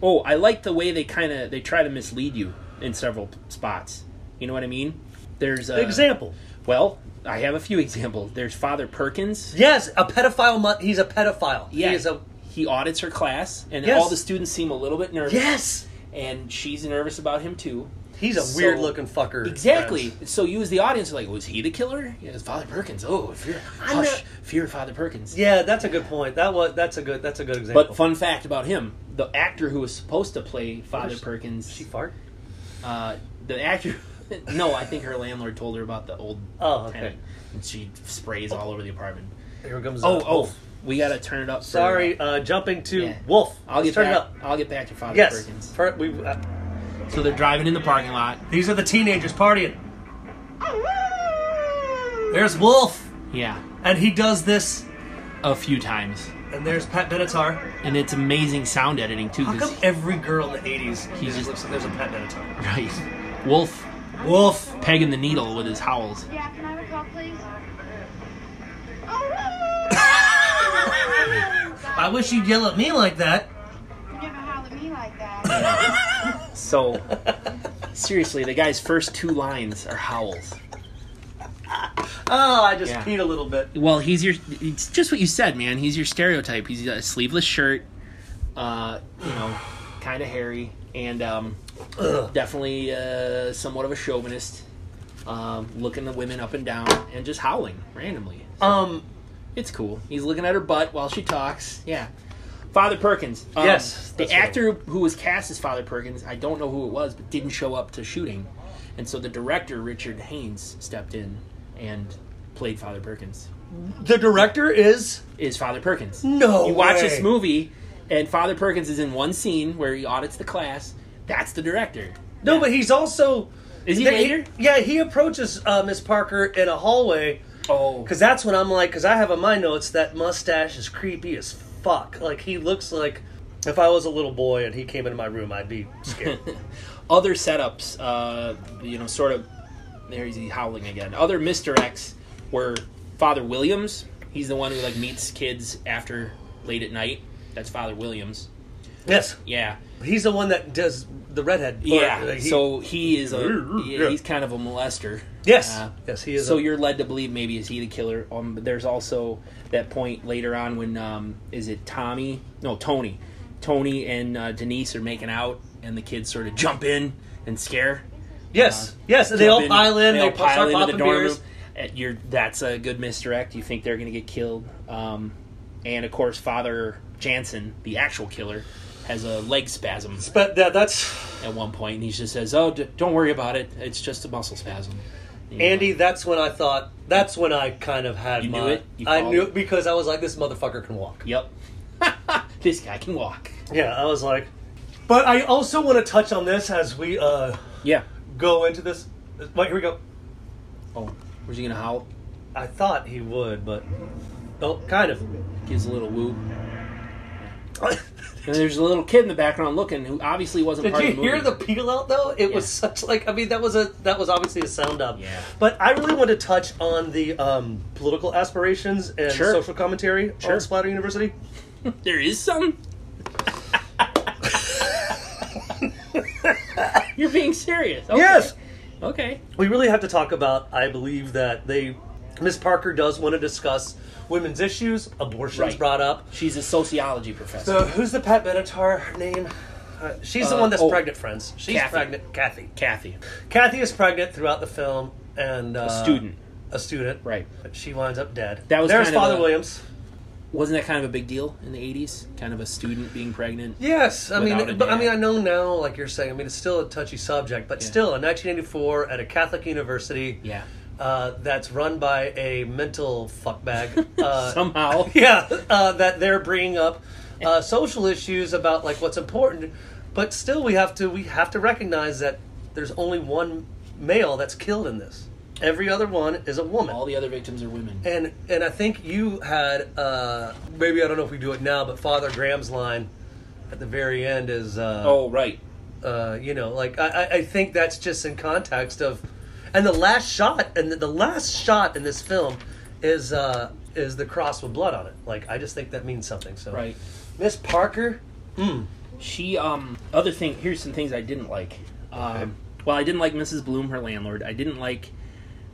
S2: Oh, I like the way they kind of they try to mislead you in several p- spots. You know what I mean? There's uh,
S1: Example.
S2: Well, I have a few examples. There's Father Perkins.
S1: Yes, a pedophile. Mu- he's a pedophile.
S2: Yeah,
S1: He is a
S2: he audits her class, and
S1: Yes.
S2: all the students seem a little bit nervous.
S1: yes.
S2: and she's nervous about him too.
S1: He's a
S2: So-
S1: weird looking fucker.
S2: Exactly.
S1: friends.
S2: So you, as the audience, are like, was he the killer? Yeah, it's Father Perkins. Oh, fear,
S1: I'm
S2: hush, fear, Father Perkins.
S1: Yeah, that's a good point. That was that's a good that's a good example.
S2: But fun fact about him: the actor who was supposed to play Father
S1: Where's-
S2: Perkins,
S1: she fart.
S2: uh, the actor. (laughs) no, I think her landlord told her about the old
S1: Oh, okay.
S2: tenant, and she sprays all over the apartment.
S1: Here comes.
S2: Oh,
S1: uh,
S2: oh, we gotta turn it up. for-
S1: sorry. Uh, jumping to
S2: Yeah.
S1: Wolf.
S2: I'll
S1: Let's
S2: get
S1: turn
S2: back.
S1: it up.
S2: I'll get back to Father
S1: Yes.
S2: Perkins.
S1: Per- we, uh,
S2: So they're driving in the parking lot.
S1: these are the teenagers partying. There's Wolf,
S2: Yeah,
S1: and he does this.
S2: a few times,
S1: And there's Pat Benatar.
S2: and it's amazing sound editing too.
S1: How
S2: 'cause-
S1: come every girl in the '80s
S2: He's
S1: just
S2: just-
S1: looks like there's a Pat Benatar?
S2: Right. Wolf
S1: Wolf.
S2: pegging the needle with his howls.
S3: Yeah, can I have a call, please? Oh,
S1: I wish you'd yell at me like that.
S3: (laughs) You never holler at me like that.
S2: So, seriously, the guy's first two lines are howls.
S1: Oh, I just
S2: Yeah.
S1: peed a little bit.
S2: Well, he's your. It's just what you said, man. He's your stereotype. He's got a sleeveless shirt, uh, you know, kind of hairy, and um, definitely uh, somewhat of a chauvinist. Um, looking the women up and down and just howling randomly.
S1: Um,
S2: It's cool. He's looking at her butt while she talks. Yeah. Father Perkins. Um,
S1: Yes,
S2: The
S1: that's what it
S2: actor who was cast as Father Perkins, I don't know who it was, but didn't show up to shooting. And so the director, Richard Haynes, stepped in and played Father Perkins.
S1: the director is
S2: Is Father Perkins.
S1: no.
S2: You watch
S1: way.
S2: this movie, and Father Perkins is in one scene where he audits the class. That's the director.
S1: No, but he's also.
S2: Is he
S1: they-
S2: later?
S1: yeah, he approaches uh, Miss Parker in a hallway
S2: Oh.
S1: because that's when I'm like, because I have in my notes that mustache is creepy as fuck. Like he looks like if I was a little boy and he came into my room, I'd be
S2: (laughs)
S1: scared.
S2: other setups, uh, you know, sort of. There he's howling again. Other Mister X were Father Williams. He's the one who like meets kids after late at night. That's Father Williams.
S1: yes,
S2: Yeah,
S1: he's the one that does the redhead. part.
S2: yeah.
S1: Like, uh, he-
S2: so he is a
S1: Yeah.
S2: he's kind of a molester.
S1: yes,
S2: Uh,
S1: yes, he is.
S2: so
S1: a-
S2: you're led to believe maybe is he the killer. Um, but there's also that point later on when um, is it Tommy? No, Tony. Tony and uh, Denise are making out, and the kids sort of jump in and scare.
S1: yes,
S2: uh,
S1: yes, and they all
S2: jump
S1: pile in. They,
S2: all
S1: pile start
S2: pile into
S1: popping
S2: the dorm
S1: beers.
S2: room. Uh, You're, that's a good misdirect. You think they're going to get killed. Um, and of course, Father Jansen, the actual killer, has a leg spasm
S1: But that, that's
S2: at one point, and he just says, "Oh, d- don't worry about it. It's just a muscle spasm." You know,
S1: Andy, that's when I thought. That's when I kind of had
S2: You
S1: my.
S2: knew it? You
S1: I
S2: called
S1: knew
S2: it?
S1: it because I was like, this motherfucker can walk.
S2: Yep. (laughs) this guy can walk.
S1: Yeah, I was like. But I also want to touch on this as we uh,
S2: Yeah.
S1: go into this. Wait, here we go.
S2: Oh, was he gonna howl?
S1: I thought he would, but oh, kind of. (laughs)
S2: Gives a little whoop. And there's a little kid in the background looking who obviously wasn't
S1: Did
S2: part
S1: you
S2: of the movie.
S1: hear the peel out though? It was such like I mean that was a that was obviously a sound up.
S2: Yeah.
S1: But I really want to touch on the um, political aspirations and
S2: Sure.
S1: social commentary
S2: Sure.
S1: on Splatter University.
S2: There is some. You're being serious. Okay.
S1: Yes.
S2: Okay.
S1: We really have to talk about I believe that they Miss Parker does want to discuss women's issues, abortions
S2: Right.
S1: brought up.
S2: She's a sociology professor.
S1: So who's the Pat Benatar name? Uh, she's the
S2: Uh,
S1: one that's
S2: oh,
S1: pregnant, friends. She's
S2: Kathy.
S1: pregnant. Kathy.
S2: Kathy,
S1: Kathy is pregnant throughout the film and uh,
S2: a student.
S1: A student.
S2: Right.
S1: But she winds up dead.
S2: That was
S1: There's
S2: kind of
S1: Father
S2: a-
S1: Williams.
S2: Wasn't that kind of a big deal in the 80s? Kind of a student being pregnant?
S1: Yes, I
S2: Without a
S1: mean, but I
S2: dad.
S1: mean, I know now, like you're saying, I mean, it's still a touchy subject, but
S2: Yeah.
S1: still, in 1984, at a Catholic university,
S2: Yeah.
S1: uh, that's run by a mental
S2: (laughs)
S1: fuckbag, (laughs) uh,
S2: Somehow.
S1: yeah, uh, that they're bringing up uh, social issues about like what's important, but still, we have to we have to recognize that there's only one male that's killed in this. Every other one is a woman.
S2: All the other victims are women.
S1: And and I think you had uh, maybe I don't know if we do it now, but Father Graham's line at the very end is uh,
S2: Oh, right.
S1: uh, you know like I, I- I think that's just in context of and the last shot and the, the last shot in this film is uh, is the cross with blood on it. Like I just think that means something. So
S2: Right.
S1: Miss Parker, Hmm.
S2: She, um, other thing, here's some things I didn't like. Um,
S1: Okay.
S2: Well, I didn't like Mrs. Bloom, her landlord. I didn't like,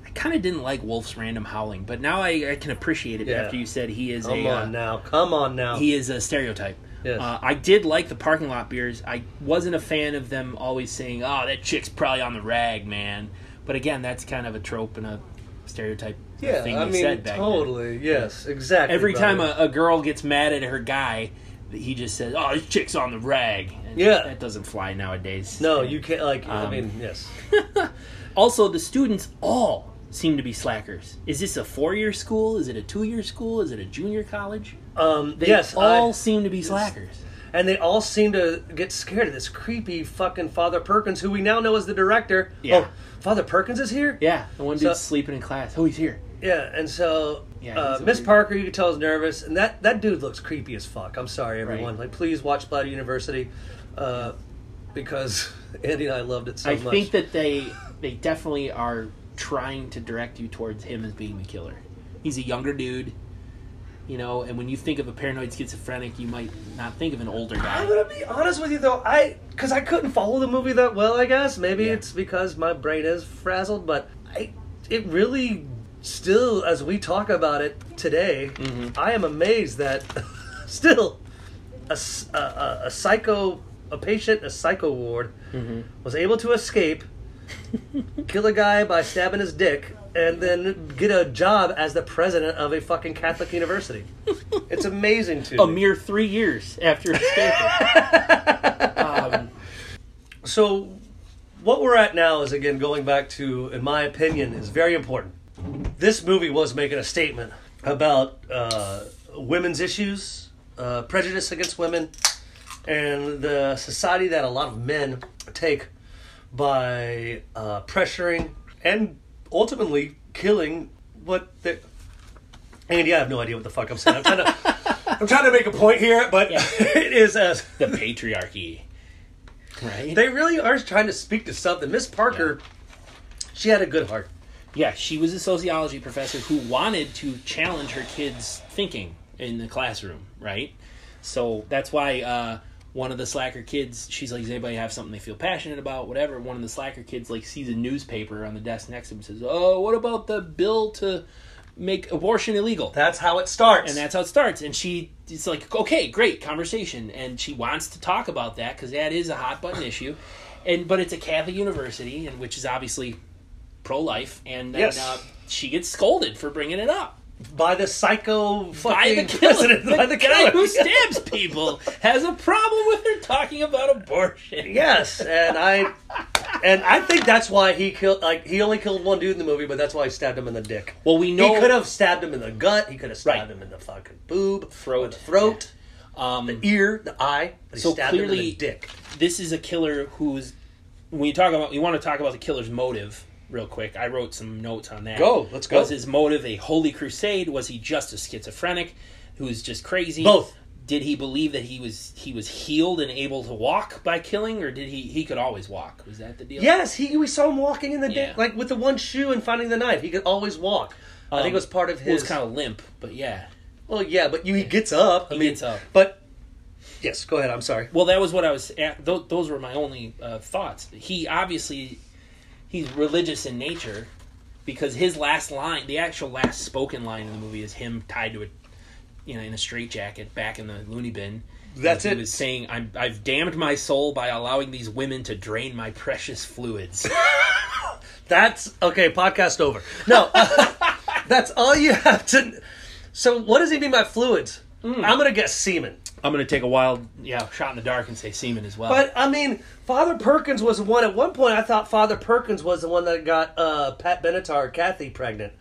S2: I kind of didn't like Wolf's random howling, but now I, I can appreciate it
S1: Yeah.
S2: after you said he is
S1: come
S2: a. uh,
S1: on now, come on now.
S2: He is a stereotype.
S1: Oh. Yes.
S2: Uh, I did like the parking lot beers. I wasn't a fan of them always saying, "Oh, that chick's probably on the rag, man." But again, that's kind of a trope and a stereotype
S1: yeah,
S2: thing
S1: I
S2: they
S1: mean
S2: said back then.
S1: totally. Yes, exactly.
S2: Every
S1: brother.
S2: time a, a girl gets mad at her guy, he just says, "Oh, this chick's on the rag." And
S1: Yeah.
S2: that doesn't fly nowadays.
S1: no, you can't like. I
S2: Um,
S1: mean, yes.
S2: Also, the students all seem to be slackers. Is this a four-year school? Is it a two-year school? Is it a junior college?
S1: Um,
S2: They
S1: yes,
S2: all
S1: I-
S2: seem to be slackers.
S1: and they all seem to get scared of this creepy fucking Father Perkins, who we now know is the director.
S2: Yeah.
S1: Oh, Father Perkins is here.
S2: Yeah, the one
S1: So-
S2: dude's sleeping in class. Oh, he's here.
S1: Yeah, and so
S2: Yeah,
S1: uh,
S2: he's a
S1: Miss
S2: weird-
S1: Parker, you can tell is nervous, and that that dude looks creepy as fuck. I'm sorry, everyone.
S2: Right.
S1: Like, please watch Blood University, uh, because (laughs) Andy and I loved it so
S2: I
S1: much.
S2: think that they they definitely are trying to direct you towards him as being the killer. He's a younger dude, you know, and when you think of a paranoid schizophrenic, you might not think of an older
S1: I'm
S2: guy.
S1: gonna be honest with you though, I because I couldn't follow the movie that well. I guess maybe
S2: Yeah.
S1: it's because my brain is frazzled, but I it really still as we talk about it today,
S2: Mm-hmm.
S1: I am amazed that (laughs) still a, s- a- a- a psycho a patient a psycho ward
S2: Mm-hmm.
S1: was able to escape, kill a guy by stabbing his dick, and then get a job as the president of a fucking Catholic university. it's amazing
S2: (laughs)
S1: to
S2: A
S1: me.
S2: mere three years after escaping.
S1: (laughs)
S2: um,
S1: So, what we're at now is again going back to, in my opinion, is very important. This movie was making a statement about uh, women's issues, uh, prejudice against women, and the society that a lot of men take by uh, pressuring and ultimately killing what they. Andy, I have no idea what the fuck I'm saying. I'm trying to, (laughs) I'm trying to make a point here, but (laughs) it is as
S2: the patriarchy, right?
S1: they really are trying to speak to something. Miss Parker, she had a good heart.
S2: Yeah, she was a sociology professor who wanted to challenge her kids' thinking in the classroom, right? So that's why uh, one of the slacker kids, she's like, "Does anybody have something they feel passionate about? Whatever." One of the slacker kids like sees a newspaper on the desk next to him and says, "Oh, what about the bill to make abortion illegal?"
S1: That's how it starts.
S2: and that's how it starts. And she it's like, okay, great conversation, and she wants to talk about that because that is a hot button issue, and but it's a Catholic university, and which is obviously pro life, and then
S1: Yes.
S2: uh, she gets scolded for bringing it up
S1: by the psycho
S2: by
S1: fucking
S2: the killer,
S1: president,
S2: the
S1: by the
S2: guy
S1: killer. (laughs)
S2: who stabs people has a problem with her talking about abortion.
S1: yes, and I, and I think that's why he killed. Like he only killed one dude in the movie, but that's why he stabbed him in the dick.
S2: Well, we know
S1: he could have stabbed him in the gut. He could have stabbed
S2: Right.
S1: him in the fucking boob,
S2: Throat.
S1: the throat,
S2: um,
S1: ear, the eye. But he
S2: So
S1: stabbed him in
S2: clearly-
S1: the dick.
S2: this is a killer who's. When you talk about, you want to talk about the killer's motive, real quick. I wrote some notes on that.
S1: Go, let's go.
S2: Was his motive a holy crusade? Was he just a schizophrenic who's just crazy?
S1: Both.
S2: did he believe that he was he was healed and able to walk by killing, or did he he could always walk? Was that the deal?
S1: Yes, he. We saw him walking in the day,
S2: Yeah.
S1: like with the one shoe and finding the knife. He could always walk. I think
S2: Um,
S1: it was part of
S2: It was
S1: his.
S2: kind of limp, but yeah.
S1: well, yeah, but you, he gets up. I
S2: He
S1: mean,
S2: gets up.
S1: But yes, go ahead. I'm sorry.
S2: Well, that was what I was. At, th- those were my only uh, thoughts. He obviously he's religious in nature because his last line, the actual last spoken line in the movie, is him tied to a you know in a straitjacket back in the loony bin.
S1: That's
S2: And
S1: it.
S2: He was saying, I'm, "I've damned my soul by allowing these women to drain my precious
S1: (laughs)
S2: fluids."
S1: That's okay. Podcast over. No, (laughs) that's all you have to. So, what does he mean by fluids? I'm gonna guess semen.
S2: I'm gonna take a wild yeah shot in the dark and say semen as well.
S1: But I mean, Father Perkins was the one. At one point, I thought Father Perkins was the one that got uh, Pat Benatar, or Kathy, pregnant.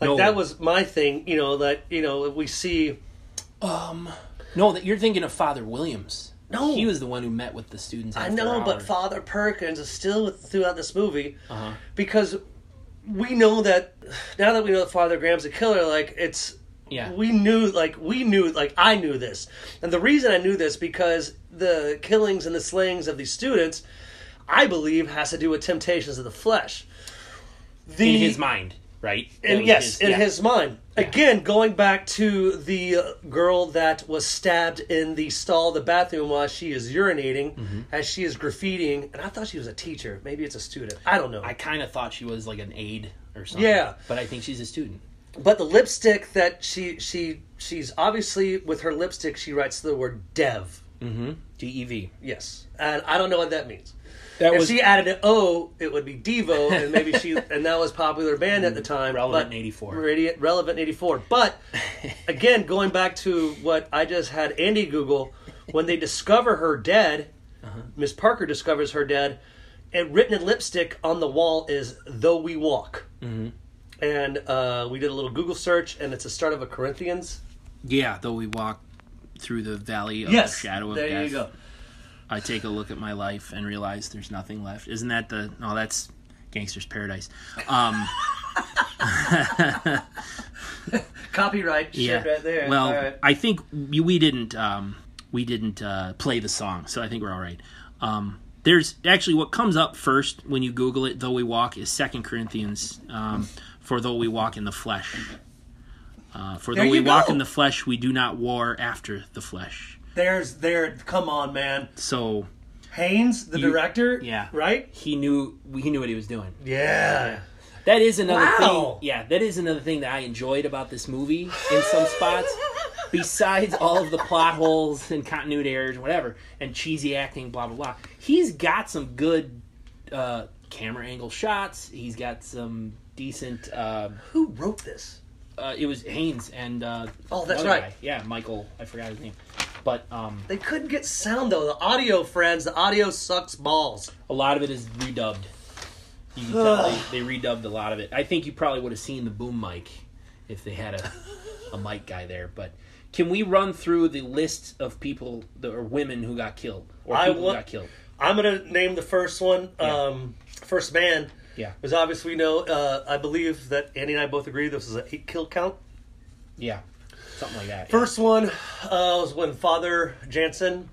S1: Like
S2: No.
S1: that was my thing. You know that you know we see.
S2: no, that you're thinking of Father Williams.
S1: No.
S2: he was the one who met with the students.
S1: I
S2: After
S1: know, but
S2: hours.
S1: Father Perkins is still with, throughout this movie
S2: Uh-huh.
S1: because we know that now that we know that Father Graham's a killer, like it's
S2: Yeah.
S1: we knew like we knew like I knew this, and the reason I knew this because the killings and the slayings of these students, I believe, has to do with temptations of the flesh. The,
S2: in his mind, right? That
S1: and
S2: was
S1: yes, in
S2: yeah.
S1: his mind. Again, going back to the uh, girl that was stabbed in the stall, of the bathroom while she is urinating,
S2: Mm-hmm.
S1: as she is graffitiing, and I thought she was a teacher. Maybe it's a student. I don't know.
S2: I kind of thought she was like an aide or something.
S1: Yeah.
S2: but I think she's a student.
S1: but the lipstick that she she she's obviously with her lipstick, she writes the word Dev.
S2: Mm-hmm. DEV.
S1: Yes, and I don't know what that means.
S2: That
S1: if
S2: was
S1: she added an O, it would be Devo, and maybe (laughs) she and that was popular band at the time.
S2: Relevant
S1: but-
S2: in 84.
S1: Radiant, relevant in eighty four. But again, going back to what I just had Andy Google, when they discover her dead,
S2: Uh-huh.
S1: Miss Parker discovers her dead, and written in lipstick on the wall is "Though we walk,"
S2: Mm-hmm.
S1: and uh, we did a little Google search, and it's the start of a Corinthians.
S2: yeah. Though we walk through the valley of
S1: Yes,
S2: the Oh, shadow of
S1: there
S2: death,
S1: you go.
S2: I take a look at my life and realize there's nothing left. Isn't that the? No, that's Gangster's Paradise. Um,
S1: Copyright shit
S2: yeah.
S1: right there.
S2: Well,
S1: All right.
S2: I think we we didn't um, we didn't uh, play the song, so I think we're all right. Um, there's actually what comes up first when you Google it. Though we walk is Second Corinthians. Um, for though we walk in the flesh, uh, for
S1: There
S2: though we
S1: you
S2: walk
S1: go.
S2: in the flesh, we do not war after the flesh.
S1: there's there. Come on, man.
S2: So
S1: Haynes, the
S2: You-
S1: director.
S2: yeah.
S1: Right.
S2: he knew he knew what he was doing.
S1: Yeah.
S2: That is another
S1: Wow.
S2: thing. Yeah, that is another thing that I enjoyed about this movie in some spots. Besides all of the plot holes and continuity errors and whatever, and cheesy acting, blah blah blah, he's got some good uh, camera angle shots. He's got some decent. Uh,
S1: Who wrote this?
S2: uh, it was Haynes and. Uh,
S1: Oh, that's
S2: another
S1: right.
S2: guy. Yeah, Michael. I forgot his name, but um,
S1: They couldn't get sound though. The audio, friends, the audio sucks balls.
S2: a lot of it is redubbed. You can tell they, they redubbed a lot of it. I think you probably would have seen the boom mic if they had a, a mic guy there. But can we run through the list of people that are women who got killed or
S1: I
S2: people
S1: want-
S2: who got killed?
S1: I'm gonna name the first one. Um, first man.
S2: Yeah.
S1: Because obviously we know. Uh, I believe that Andy and I both agree this is an eight kill count.
S2: Yeah, something like that.
S1: First one uh, was when Father Jansen,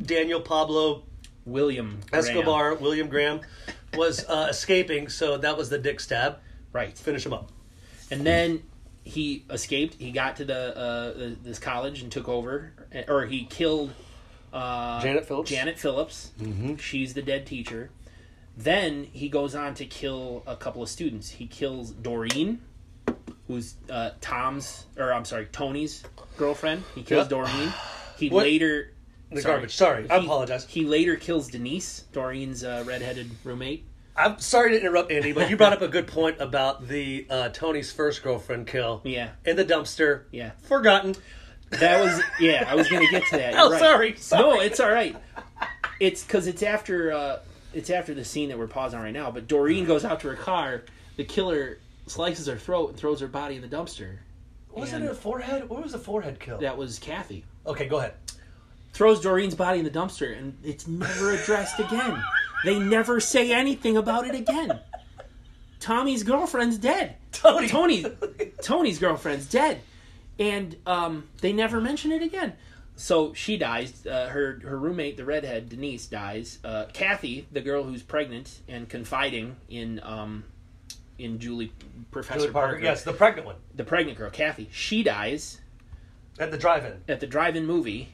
S1: Daniel Pablo
S2: William Graham.
S1: Escobar, William Graham, was uh, escaping. So that was the dick stab.
S2: right?
S1: Finish him up.
S2: And then he escaped. He got to the uh, the- this college and took over, eh, or he killed uh,
S1: Janet Phillips?
S2: Janet Phillips. Mm-hmm. She's the dead teacher. Then he goes on to kill a couple of students. He kills Doreen, who's uh, Tom's, or I'm sorry, Tony's girlfriend. He kills
S1: Yeah. (sighs)
S2: Doreen. He
S1: What-
S2: later.
S1: The garbage. Sorry, I
S2: He-
S1: apologize.
S2: He later kills Denise, Doreen's uh, redheaded roommate.
S1: I'm sorry to interrupt, Andy, but you brought up a good point about the uh, Tony's first girlfriend kill.
S2: Yeah.
S1: In the dumpster.
S2: Yeah.
S1: Forgotten.
S2: That was yeah. I was gonna get to that.
S1: Oh,
S2: You're right.
S1: sorry, sorry.
S2: No, it's all right. It's because it's after uh, it's after the scene that we're pausing on right now. But Doreen goes out to her car. The killer slices her throat and throws her body in the dumpster.
S1: Was
S2: And-
S1: it a forehead? Where was the forehead kill?
S2: That was Kathy.
S1: Okay, go ahead.
S2: Throws Doreen's body in the dumpster, and it's never addressed again. They never say anything about it again. Tommy's girlfriend's dead.
S1: Tony.
S2: Tony, Tony's girlfriend's dead, and um, they never mention it again. so she dies. Uh, her her roommate, the redhead Denise, dies. Uh, Kathy, the girl who's pregnant and confiding in um, in Julie Professor
S1: Julie
S2: Parker,
S1: Parker. Yes, the pregnant one
S2: the pregnant girl, Kathy, she dies
S1: at the drive-in.
S2: at the drive-in movie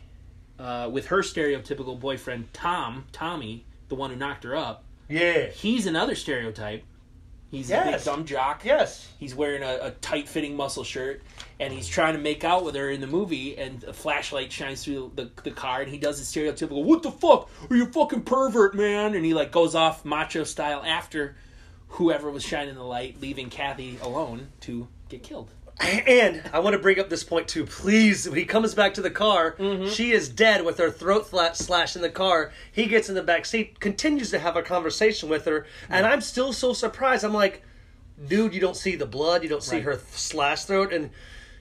S2: uh, with her stereotypical boyfriend Tom, Tommy, the one who knocked her up.
S1: Yeah.
S2: He's another stereotype. He's a big
S1: Yes.
S2: dumb jock.
S1: Yes.
S2: He's wearing a, a tight fitting muscle shirt and he's trying to make out with her in the movie and a flashlight shines through the, the car and he does the stereotypical, What the fuck? Are you a fucking pervert, man? And he like goes off macho style after whoever was shining the light, leaving Kathy alone to get killed.
S1: And I want to bring up this point too. Please, when he comes back to the car,
S2: Mm-hmm.
S1: she is dead with her throat flat slashed in the car. He gets in the back seat, continues to have a conversation with her, and I'm still so surprised. I'm like, dude, you don't see the blood, you don't see
S2: Right.
S1: her th- slashed throat, and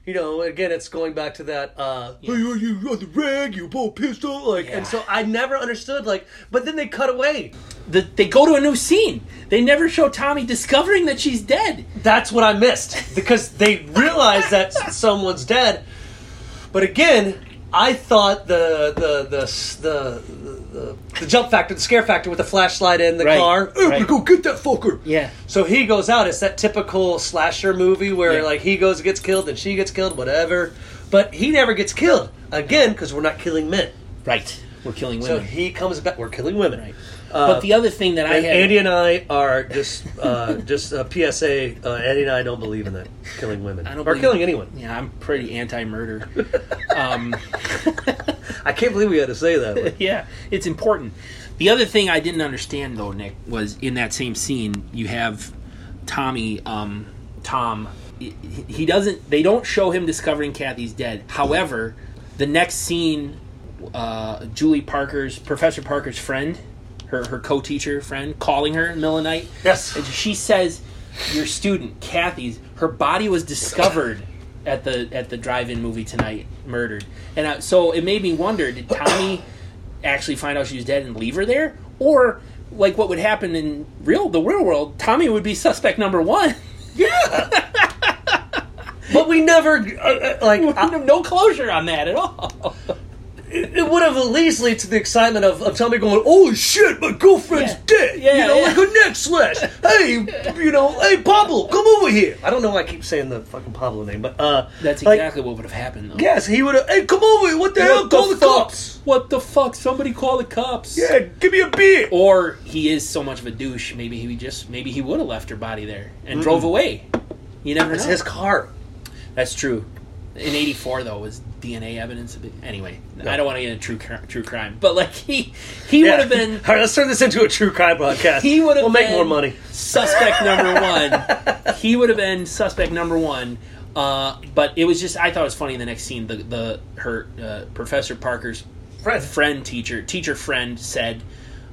S1: you know, again, it's going back to that. Uh, Hey, are you on the rag? You pull pistol, like,
S2: Yeah.
S1: and so I never understood. Like, but then they cut away.
S2: the, they go to a new scene. They never show Tommy discovering that she's dead.
S1: That's what I missed because they realize that someone's dead. But again, I thought the the the the, the, the jump factor, the scare factor with the flashlight in the
S2: Right,
S1: car. "Hey,
S2: right.
S1: Go get that fucker.
S2: Yeah.
S1: So he goes out. It's that typical slasher movie where
S2: Yeah.
S1: like he goes gets killed and she gets killed, whatever. But he never gets killed again because we're not killing men.
S2: Right. We're killing
S1: So
S2: women.
S1: he comes back. We're killing women.
S2: right.
S1: Uh,
S2: but the other thing that I
S1: And
S2: had,
S1: Andy and I are just uh, (laughs) just a PSA. Uh, Andy and I don't believe in that killing women
S2: I don't
S1: or
S2: believe-
S1: killing anyone.
S2: yeah, I'm pretty anti-murder. um,
S1: I can't believe we had to say that.
S2: (laughs)
S1: but-
S2: yeah, it's important. The other thing I didn't understand though, Nick, was in that same scene you have Tommy, um, Tom. he- He doesn't. They don't show him discovering Kathy's dead. However, the next scene, uh, Julie Parker's Professor Parker's friend, her her co-teacher friend, calling her in the middle of the night.
S1: Yes.
S2: And she says, "Your student Kathy's her body was discovered at the at the drive-in movie tonight, murdered." And I, so it made me wonder: Did Tommy actually find out she was dead and leave her there, or like what would happen in real the real world? Tommy would be suspect number one. (laughs)
S1: Yeah. but we never uh, uh, like.
S2: We'd
S1: I,
S2: have no closure on that at all.
S1: it would have at least lead to the excitement of, of Tommy going, "Oh shit, my girlfriend's
S2: Yeah.
S1: dead."
S2: Yeah,
S1: you know,
S2: yeah.
S1: like a neck slash. hey, you know, hey Pablo, come over here. I don't know why I keep saying the fucking Pablo name, but uh,
S2: That's
S1: like,
S2: exactly what would have happened, though.
S1: yes, he would have. Hey, come over here. What the hell? Call the
S2: fuck?
S1: cops.
S2: What the fuck? Somebody call the cops.
S1: Yeah, give me a beer.
S2: Or he is so much of a douche. Maybe he just maybe he would have left her body there and drove away. You never
S1: It's
S2: know.
S1: his car.
S2: That's true. In '84, though, was DNA evidence. Of it. Anyway, I don't want to get into true cr- true crime, but like he he would have
S1: (laughs)
S2: been
S1: All right, let's turn this into a true crime podcast.
S2: he would have
S1: We'll
S2: been
S1: make more money.
S2: Suspect number one. he would have been suspect number one. Uh, but it was just I thought it was funny in the next scene the the her uh, Professor Parker's
S1: Fred.
S2: friend teacher teacher friend said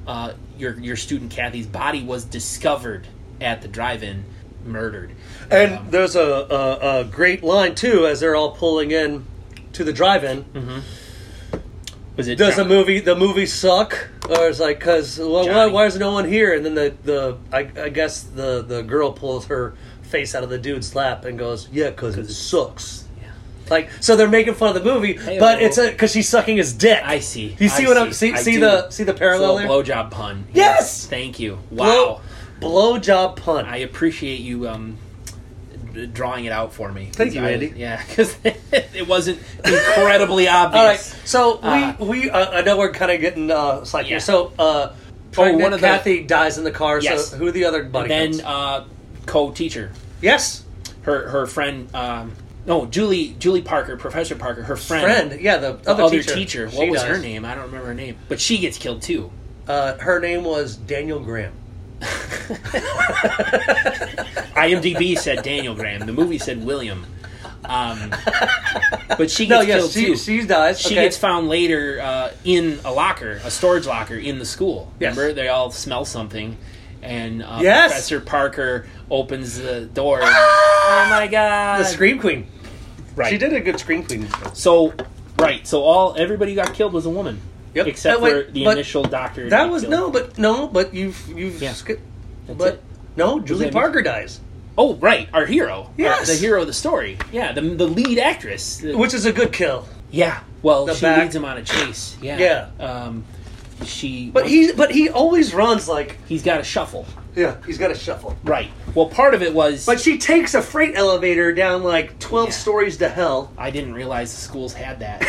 S2: uh, your your student Kathy's body was discovered at the drive-in murdered.
S1: And there's a, a, a great line too as they're all pulling in to the drive-in.
S2: Was it
S1: Does the movie the movie suck? Or it's like because well, why,
S2: Johnny.
S1: why is no one here? And then the the I, I guess the the girl pulls her face out of the dude's lap and goes, yeah, because it sucks.
S2: Yeah.
S1: Like so, they're making fun of the movie, but
S2: Hey-o.
S1: it's a because she's sucking his dick.
S2: I see.
S1: You see
S2: I
S1: what I'm see,
S2: I
S1: see
S2: do.
S1: the see the parallel
S2: It's a
S1: there?
S2: little blowjob pun.
S1: Yes!
S2: Thank you. Wow.
S1: Blow- blowjob pun.
S2: I appreciate you um, d- drawing it out for me.
S1: Thank you,
S2: I-
S1: Andy.
S2: Yeah, (laughs) because it wasn't
S1: (laughs)
S2: incredibly obvious.
S1: All right. So
S2: Uh,
S1: we we uh, I know we're kind of getting uh, slack
S2: Yeah.
S1: here. So uh, pregnant
S2: one of the-
S1: Kathy dies in the car.
S2: Yes.
S1: So who are the other buddy?
S2: Then
S1: comes?
S2: uh, co-teacher,
S1: yes,
S2: her her friend, um, no Julie Julie Parker, Professor Parker, her friend,
S1: friend. Yeah, the
S2: the
S1: other,
S2: other teacher.
S1: teacher.
S2: What
S1: She
S2: was
S1: dies.
S2: her name? I don't remember her name, but she gets killed too.
S1: Uh, her name was Daniel Graham. (laughs)
S2: IMDb said Daniel Graham. The movie said William. Um, but she
S1: No,
S2: gets
S1: yes,
S2: killed too.
S1: she, she dies.
S2: She
S1: okay.
S2: gets found later uh, in a locker, a storage locker in the school.
S1: Yes.
S2: Remember, they all smell something, and uh,
S1: Yes. Ah!
S2: Professor Parker opens the door. Oh my god!
S1: the scream queen.
S2: Right.
S1: She did a good scream queen.
S2: So, right. So all everybody got killed was a woman.
S1: Yep.
S2: Except
S1: Uh, wait,
S2: for the
S1: but
S2: initial doctor. who
S1: That
S2: got
S1: was
S2: killed.
S1: no, but no, but you've you've
S2: Yeah.
S1: skipped.
S2: That's
S1: But
S2: it.
S1: no, Julie
S2: that-
S1: Parker dies,
S2: Oh, right. Our hero.
S1: Yes.
S2: The hero of the story. Yeah. The the lead actress. The-
S1: which is a good kill.
S2: Yeah. Well,
S1: The
S2: she
S1: back-
S2: leads him on a chase. Yeah.
S1: Yeah.
S2: Yeah. Um, she.
S1: But he but he always runs like
S2: He's got a shuffle.
S1: yeah, he's got a shuffle.
S2: Right. Well, part of it was.
S1: But she takes a freight elevator down like 12
S2: Yeah.
S1: stories to hell. (laughs)
S2: I didn't realize the schools had that.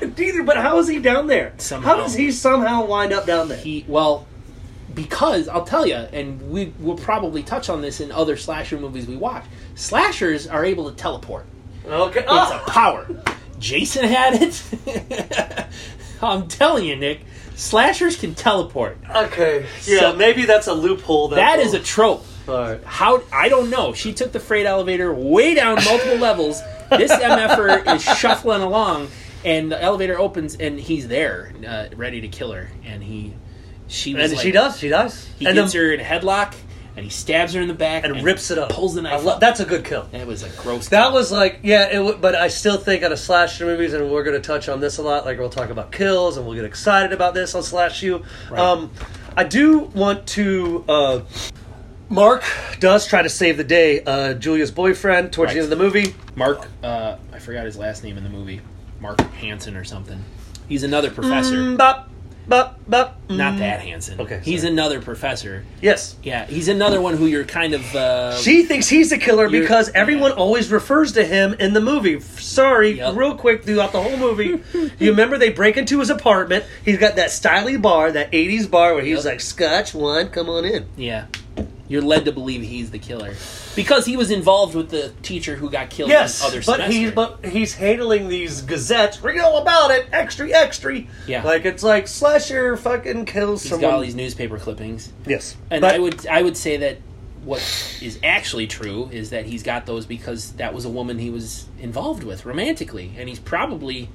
S2: (laughs)
S1: Neither, but how is he down there?
S2: Somehow.
S1: How does he somehow wind up down there?
S2: he well, because I'll tell you, and we will probably touch on this in other slasher movies we watch. Slashers are able to teleport.
S1: okay.
S2: It's a
S1: (laughs) Oh,
S2: power. Jason had it. (laughs) I'm telling you, Nick. Slashers can teleport.
S1: Ah, okay. Yeah,
S2: So-
S1: maybe that's a loophole.
S2: That is a trope.
S1: Alright.
S2: How I don't know. She took the freight elevator way down multiple levels.
S1: (laughs)
S2: This mf'er is shuffling along, and the elevator opens, and he's there, uh, ready to kill her. And he, she, was
S1: And
S2: like-
S1: she does. She does.
S2: He
S1: and
S2: gets
S1: then-
S2: her in a headlock, and he stabs her in the back,
S1: and rips it up.
S2: pulls the
S1: I
S2: knife.
S1: lo-
S2: up.
S1: That's a good kill.
S2: that was a gross.
S1: That
S2: kill.
S1: was like, yeah, it w- but I still think on a slasher movies, and we're going to touch on this a lot. Like we'll talk about kills, and we'll get excited about this on Slash U.
S2: Right.
S1: Um, I do want to. Uh, Mark does try to save the day. Uh, Julia's boyfriend towards the
S2: Right.
S1: end of the movie.
S2: Mark. Uh, I forgot his last name in the movie. Mark Hansen or something. He's another professor.
S1: Mm, bop, bop, bop, mm.
S2: Not that Hansen.
S1: Okay,
S2: He's
S1: sorry.
S2: another professor.
S1: Yes.
S2: Yeah, he's another one who you're kind of. Uh,
S1: She thinks he's the killer
S2: You're-
S1: because everyone
S2: yeah.
S1: always refers to him in the movie. F- Sorry,
S2: Yep.
S1: real quick throughout the
S2: (laughs)
S1: whole movie, you remember they break into his apartment. He's got that styly bar, that '80s bar where
S2: Yep.
S1: he's like, "Scotch one, come on in."
S2: Yeah. You're led to believe he's the killer because he was involved with the teacher who got killed.
S1: Yes,
S2: in other
S1: but
S2: semester.
S1: he's but he's handling these gazettes. Read all about it, extra, extra.
S2: Yeah.
S1: like it's like slasher fucking kills
S2: He's
S1: someone.
S2: got all these newspaper clippings,
S1: yes,
S2: and
S1: but
S2: I would I would say that what is actually true is that he's got those because that was a woman he was involved with romantically, and he's probably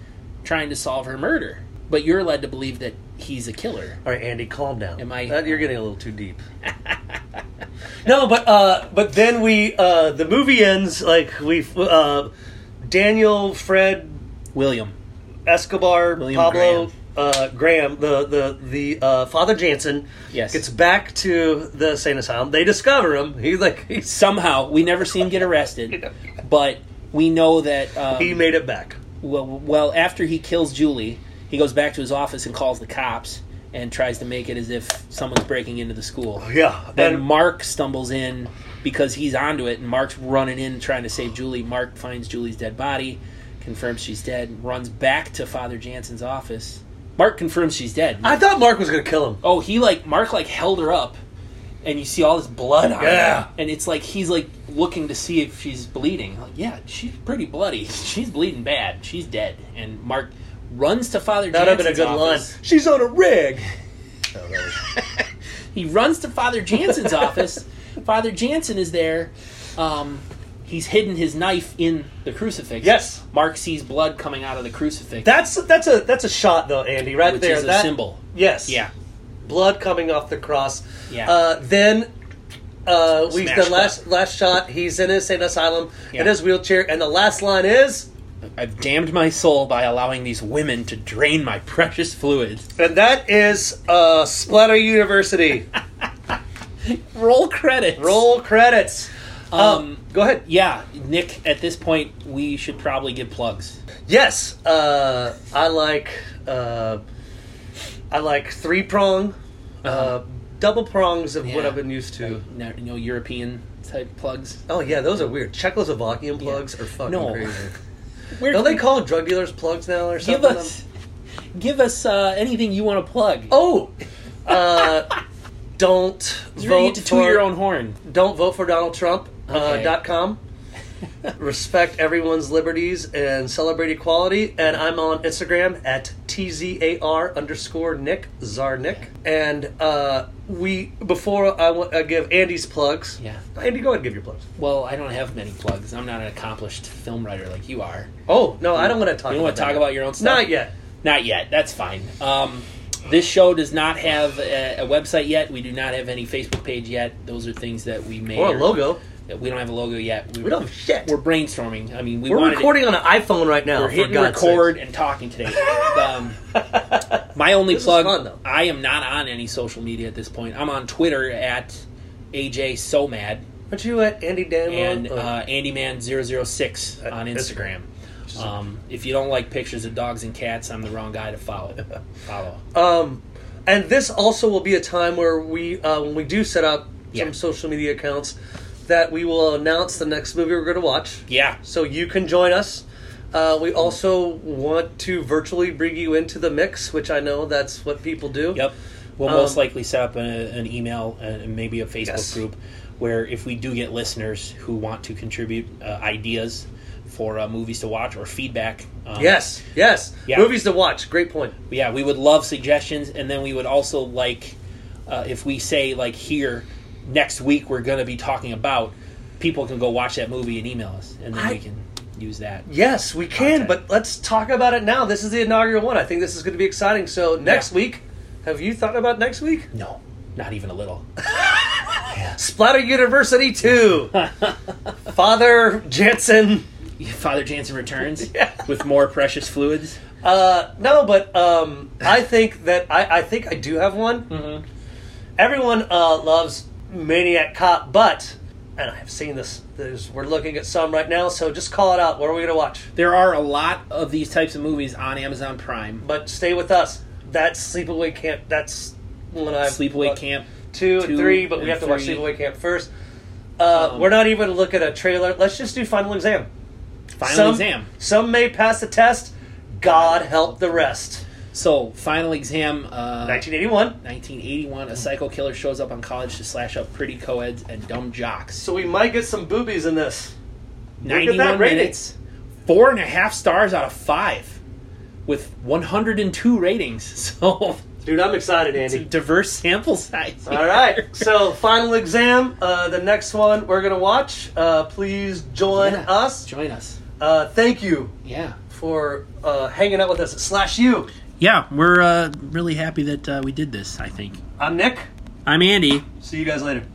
S2: trying to solve her murder. But you're led to believe that he's a killer.
S1: All right, Andy, calm down.
S2: Am I-
S1: That- you're getting a little too deep. (laughs) no, but uh, but then we uh, the movie ends like we uh, Daniel, Fred,
S2: William.
S1: Escobar,
S2: William
S1: Pablo,
S2: Graham.
S1: Uh, Graham, the the the uh, Father Jansen,
S2: Yes.
S1: gets back to the sane asylum. They discover him. He's like he's,
S2: Somehow we never see him get arrested, but we know that um,
S1: he made it back.
S2: well, well, after he kills Julie, he goes back to his office and calls the cops and tries to make it as if someone's breaking into the school.
S1: Yeah,
S2: Then
S1: and
S2: Mark stumbles in because he's onto it, and Mark's running in trying to save Julie. Mark finds Julie's dead body, confirms she's dead, runs back to Father Jansen's office. Mark confirms she's dead.
S1: I thought Mark was gonna kill him.
S2: oh, he like Mark like held her up, and you see all this blood on
S1: Yeah.
S2: her, and it's like he's like looking to see if she's bleeding. Like, yeah, she's pretty bloody. (laughs) She's bleeding bad. She's dead. And Mark runs to Father
S1: That would have
S2: Jansen's
S1: been a good line.
S2: office.
S1: She's on
S2: (laughs)
S1: a rig.
S2: He runs to Father (laughs) Jansen's office. Father Jansen is there. Um, he's hidden his knife in the crucifix.
S1: Yes.
S2: Mark sees blood coming out of the crucifix,
S1: That's that's a that's a shot though, Andy. Right
S2: which
S1: there.
S2: is a
S1: That-
S2: symbol.
S1: Yes.
S2: Yeah.
S1: blood coming off the cross.
S2: Yeah.
S1: Uh, then uh, we
S2: Smash
S1: the last last shot. He's in his sane asylum
S2: Yeah.
S1: in his wheelchair, and the last line is,
S2: I've damned my soul by allowing these women to drain my precious fluids.
S1: and that is uh,
S2: (laughs)
S1: Splatter University.
S2: Roll credits.
S1: Roll credits. Um,
S2: Um,
S1: go ahead.
S2: Yeah, Nick. At this point, we should probably give plugs.
S1: Yes, uh, I like uh, I like three prong, uh
S2: Uh-huh.
S1: double prongs of what
S2: Yeah.
S1: I've been used to.
S2: No, no European type plugs.
S1: Oh yeah, those are weird. Czechoslovakian plugs are fucking
S2: No.
S1: crazy.
S2: (laughs) Where
S1: Don't
S2: can
S1: they
S2: we-
S1: call drug dealers plugs now or something?
S2: Give us, give us uh, anything you want to plug.
S1: Oh, uh,
S2: (laughs)
S1: don't
S2: You're gonna
S1: vote
S2: get to toot
S1: for
S2: your own horn.
S1: don't vote for Donald Trump. Uh,
S2: Okay. (laughs)
S1: dot com. Respect everyone's liberties and celebrate equality. And I'm on Instagram at tzar underscore Nick Czar Nick. And uh, we before I wa- I give Andy's plugs.
S2: Yeah.
S1: Andy, go ahead and give your plugs.
S2: Well, I don't have many plugs. I'm not an accomplished film writer like you are.
S1: Oh no, I don't want to talk.
S2: You don't want
S1: want
S2: to talk about your own stuff?
S1: Not yet.
S2: Not yet. That's fine. Um, this show does not have a, a website yet. We do not have any Facebook page yet. Those are things that we may
S1: Or a logo.
S2: We don't have a logo yet.
S1: We don't have shit.
S2: We're brainstorming. I mean, we
S1: We're
S2: wanted it-
S1: recording on an iPhone right now.
S2: We're
S1: for
S2: hitting
S1: God's
S2: record and talking
S1: (laughs)
S2: today. um, my only
S1: This is
S2: plug.
S1: fun, though.
S2: I am not on any social media at this point. I'm on Twitter at AJ SoMad
S1: sake. Aren't you at Andy Danlon?
S2: and
S1: Or-
S2: uh, AndyMan006 on
S1: Instagram.
S2: Instagram. Um, if you don't like pictures of dogs and cats, I'm the wrong guy to
S1: (laughs)
S2: follow. follow.
S1: Um, and this also will be a time where we, uh, when we do set up
S2: Yeah.
S1: some social media accounts, that we will announce the next movie we're going to watch.
S2: Yeah.
S1: So you can join us. Uh, we also want to virtually bring you into the mix, which I know that's what people do.
S2: Yep. We'll most
S1: Um,
S2: likely set up a, an email and maybe a Facebook
S1: Yes.
S2: group where if we do get listeners who want to contribute uh, ideas for uh, movies to watch or feedback, um,
S1: Yes. Yes.
S2: Yeah.
S1: Movies to watch. Great point.
S2: yeah, we would love suggestions, and then we would also like uh, if we say like here next week we're going to be talking about people can go watch that movie and email us, and then
S1: I-
S2: we can use that.
S1: Yes, we can,
S2: Content.
S1: but let's talk about it now. This is the inaugural one. I think this is going to be exciting. So next
S2: Yeah.
S1: week, have you thought about next week?
S2: No, not even a little. (laughs)
S1: Splatter
S2: (laughs)
S1: University 2. Father Jansen.
S2: Father Jansen
S1: (laughs)
S2: returns with more precious fluids.
S1: Uh, no, but um, I think that I, I think I do have one. Mm-hmm. Everyone uh, loves Maniac Cop, but and I've seen this. There's, we're looking at some right now, so just call it out. What are we going to watch?
S2: There are a lot of these types of movies on Amazon Prime.
S1: But stay with us. That's Sleepaway Camp. That's one I've
S2: Sleepaway
S1: looked-
S2: Camp.
S1: two,
S2: Two
S1: and three, but we
S2: and
S1: have to watch
S2: three.
S1: Sleepaway Camp first. Uh,
S2: Um,
S1: we're not even looking at a trailer. Let's just do final exam.
S2: Final
S1: some,
S2: exam.
S1: Some may pass the test. God help the rest.
S2: So, final exam. Uh,
S1: 1981.
S2: 1981, a psycho killer shows up on college to slash up pretty co-eds and dumb jocks.
S1: So we might get some boobies in this. at that
S2: 91
S1: rating.
S2: minutes, four and a half stars out of five, with 102 ratings. (laughs) So,
S1: Dude, I'm excited,
S2: it's a
S1: Andy.
S2: diverse sample size.
S1: (laughs) All right. So final exam. Uh, the next one we're gonna watch. Uh, please join
S2: Yeah.
S1: us.
S2: Join us.
S1: Uh, thank you
S2: Yeah.
S1: for uh, hanging out with us. at Slash you.
S2: Yeah, we're uh, really happy that uh, we did this, I think.
S1: I'm Nick.
S2: I'm Andy.
S1: See you guys later.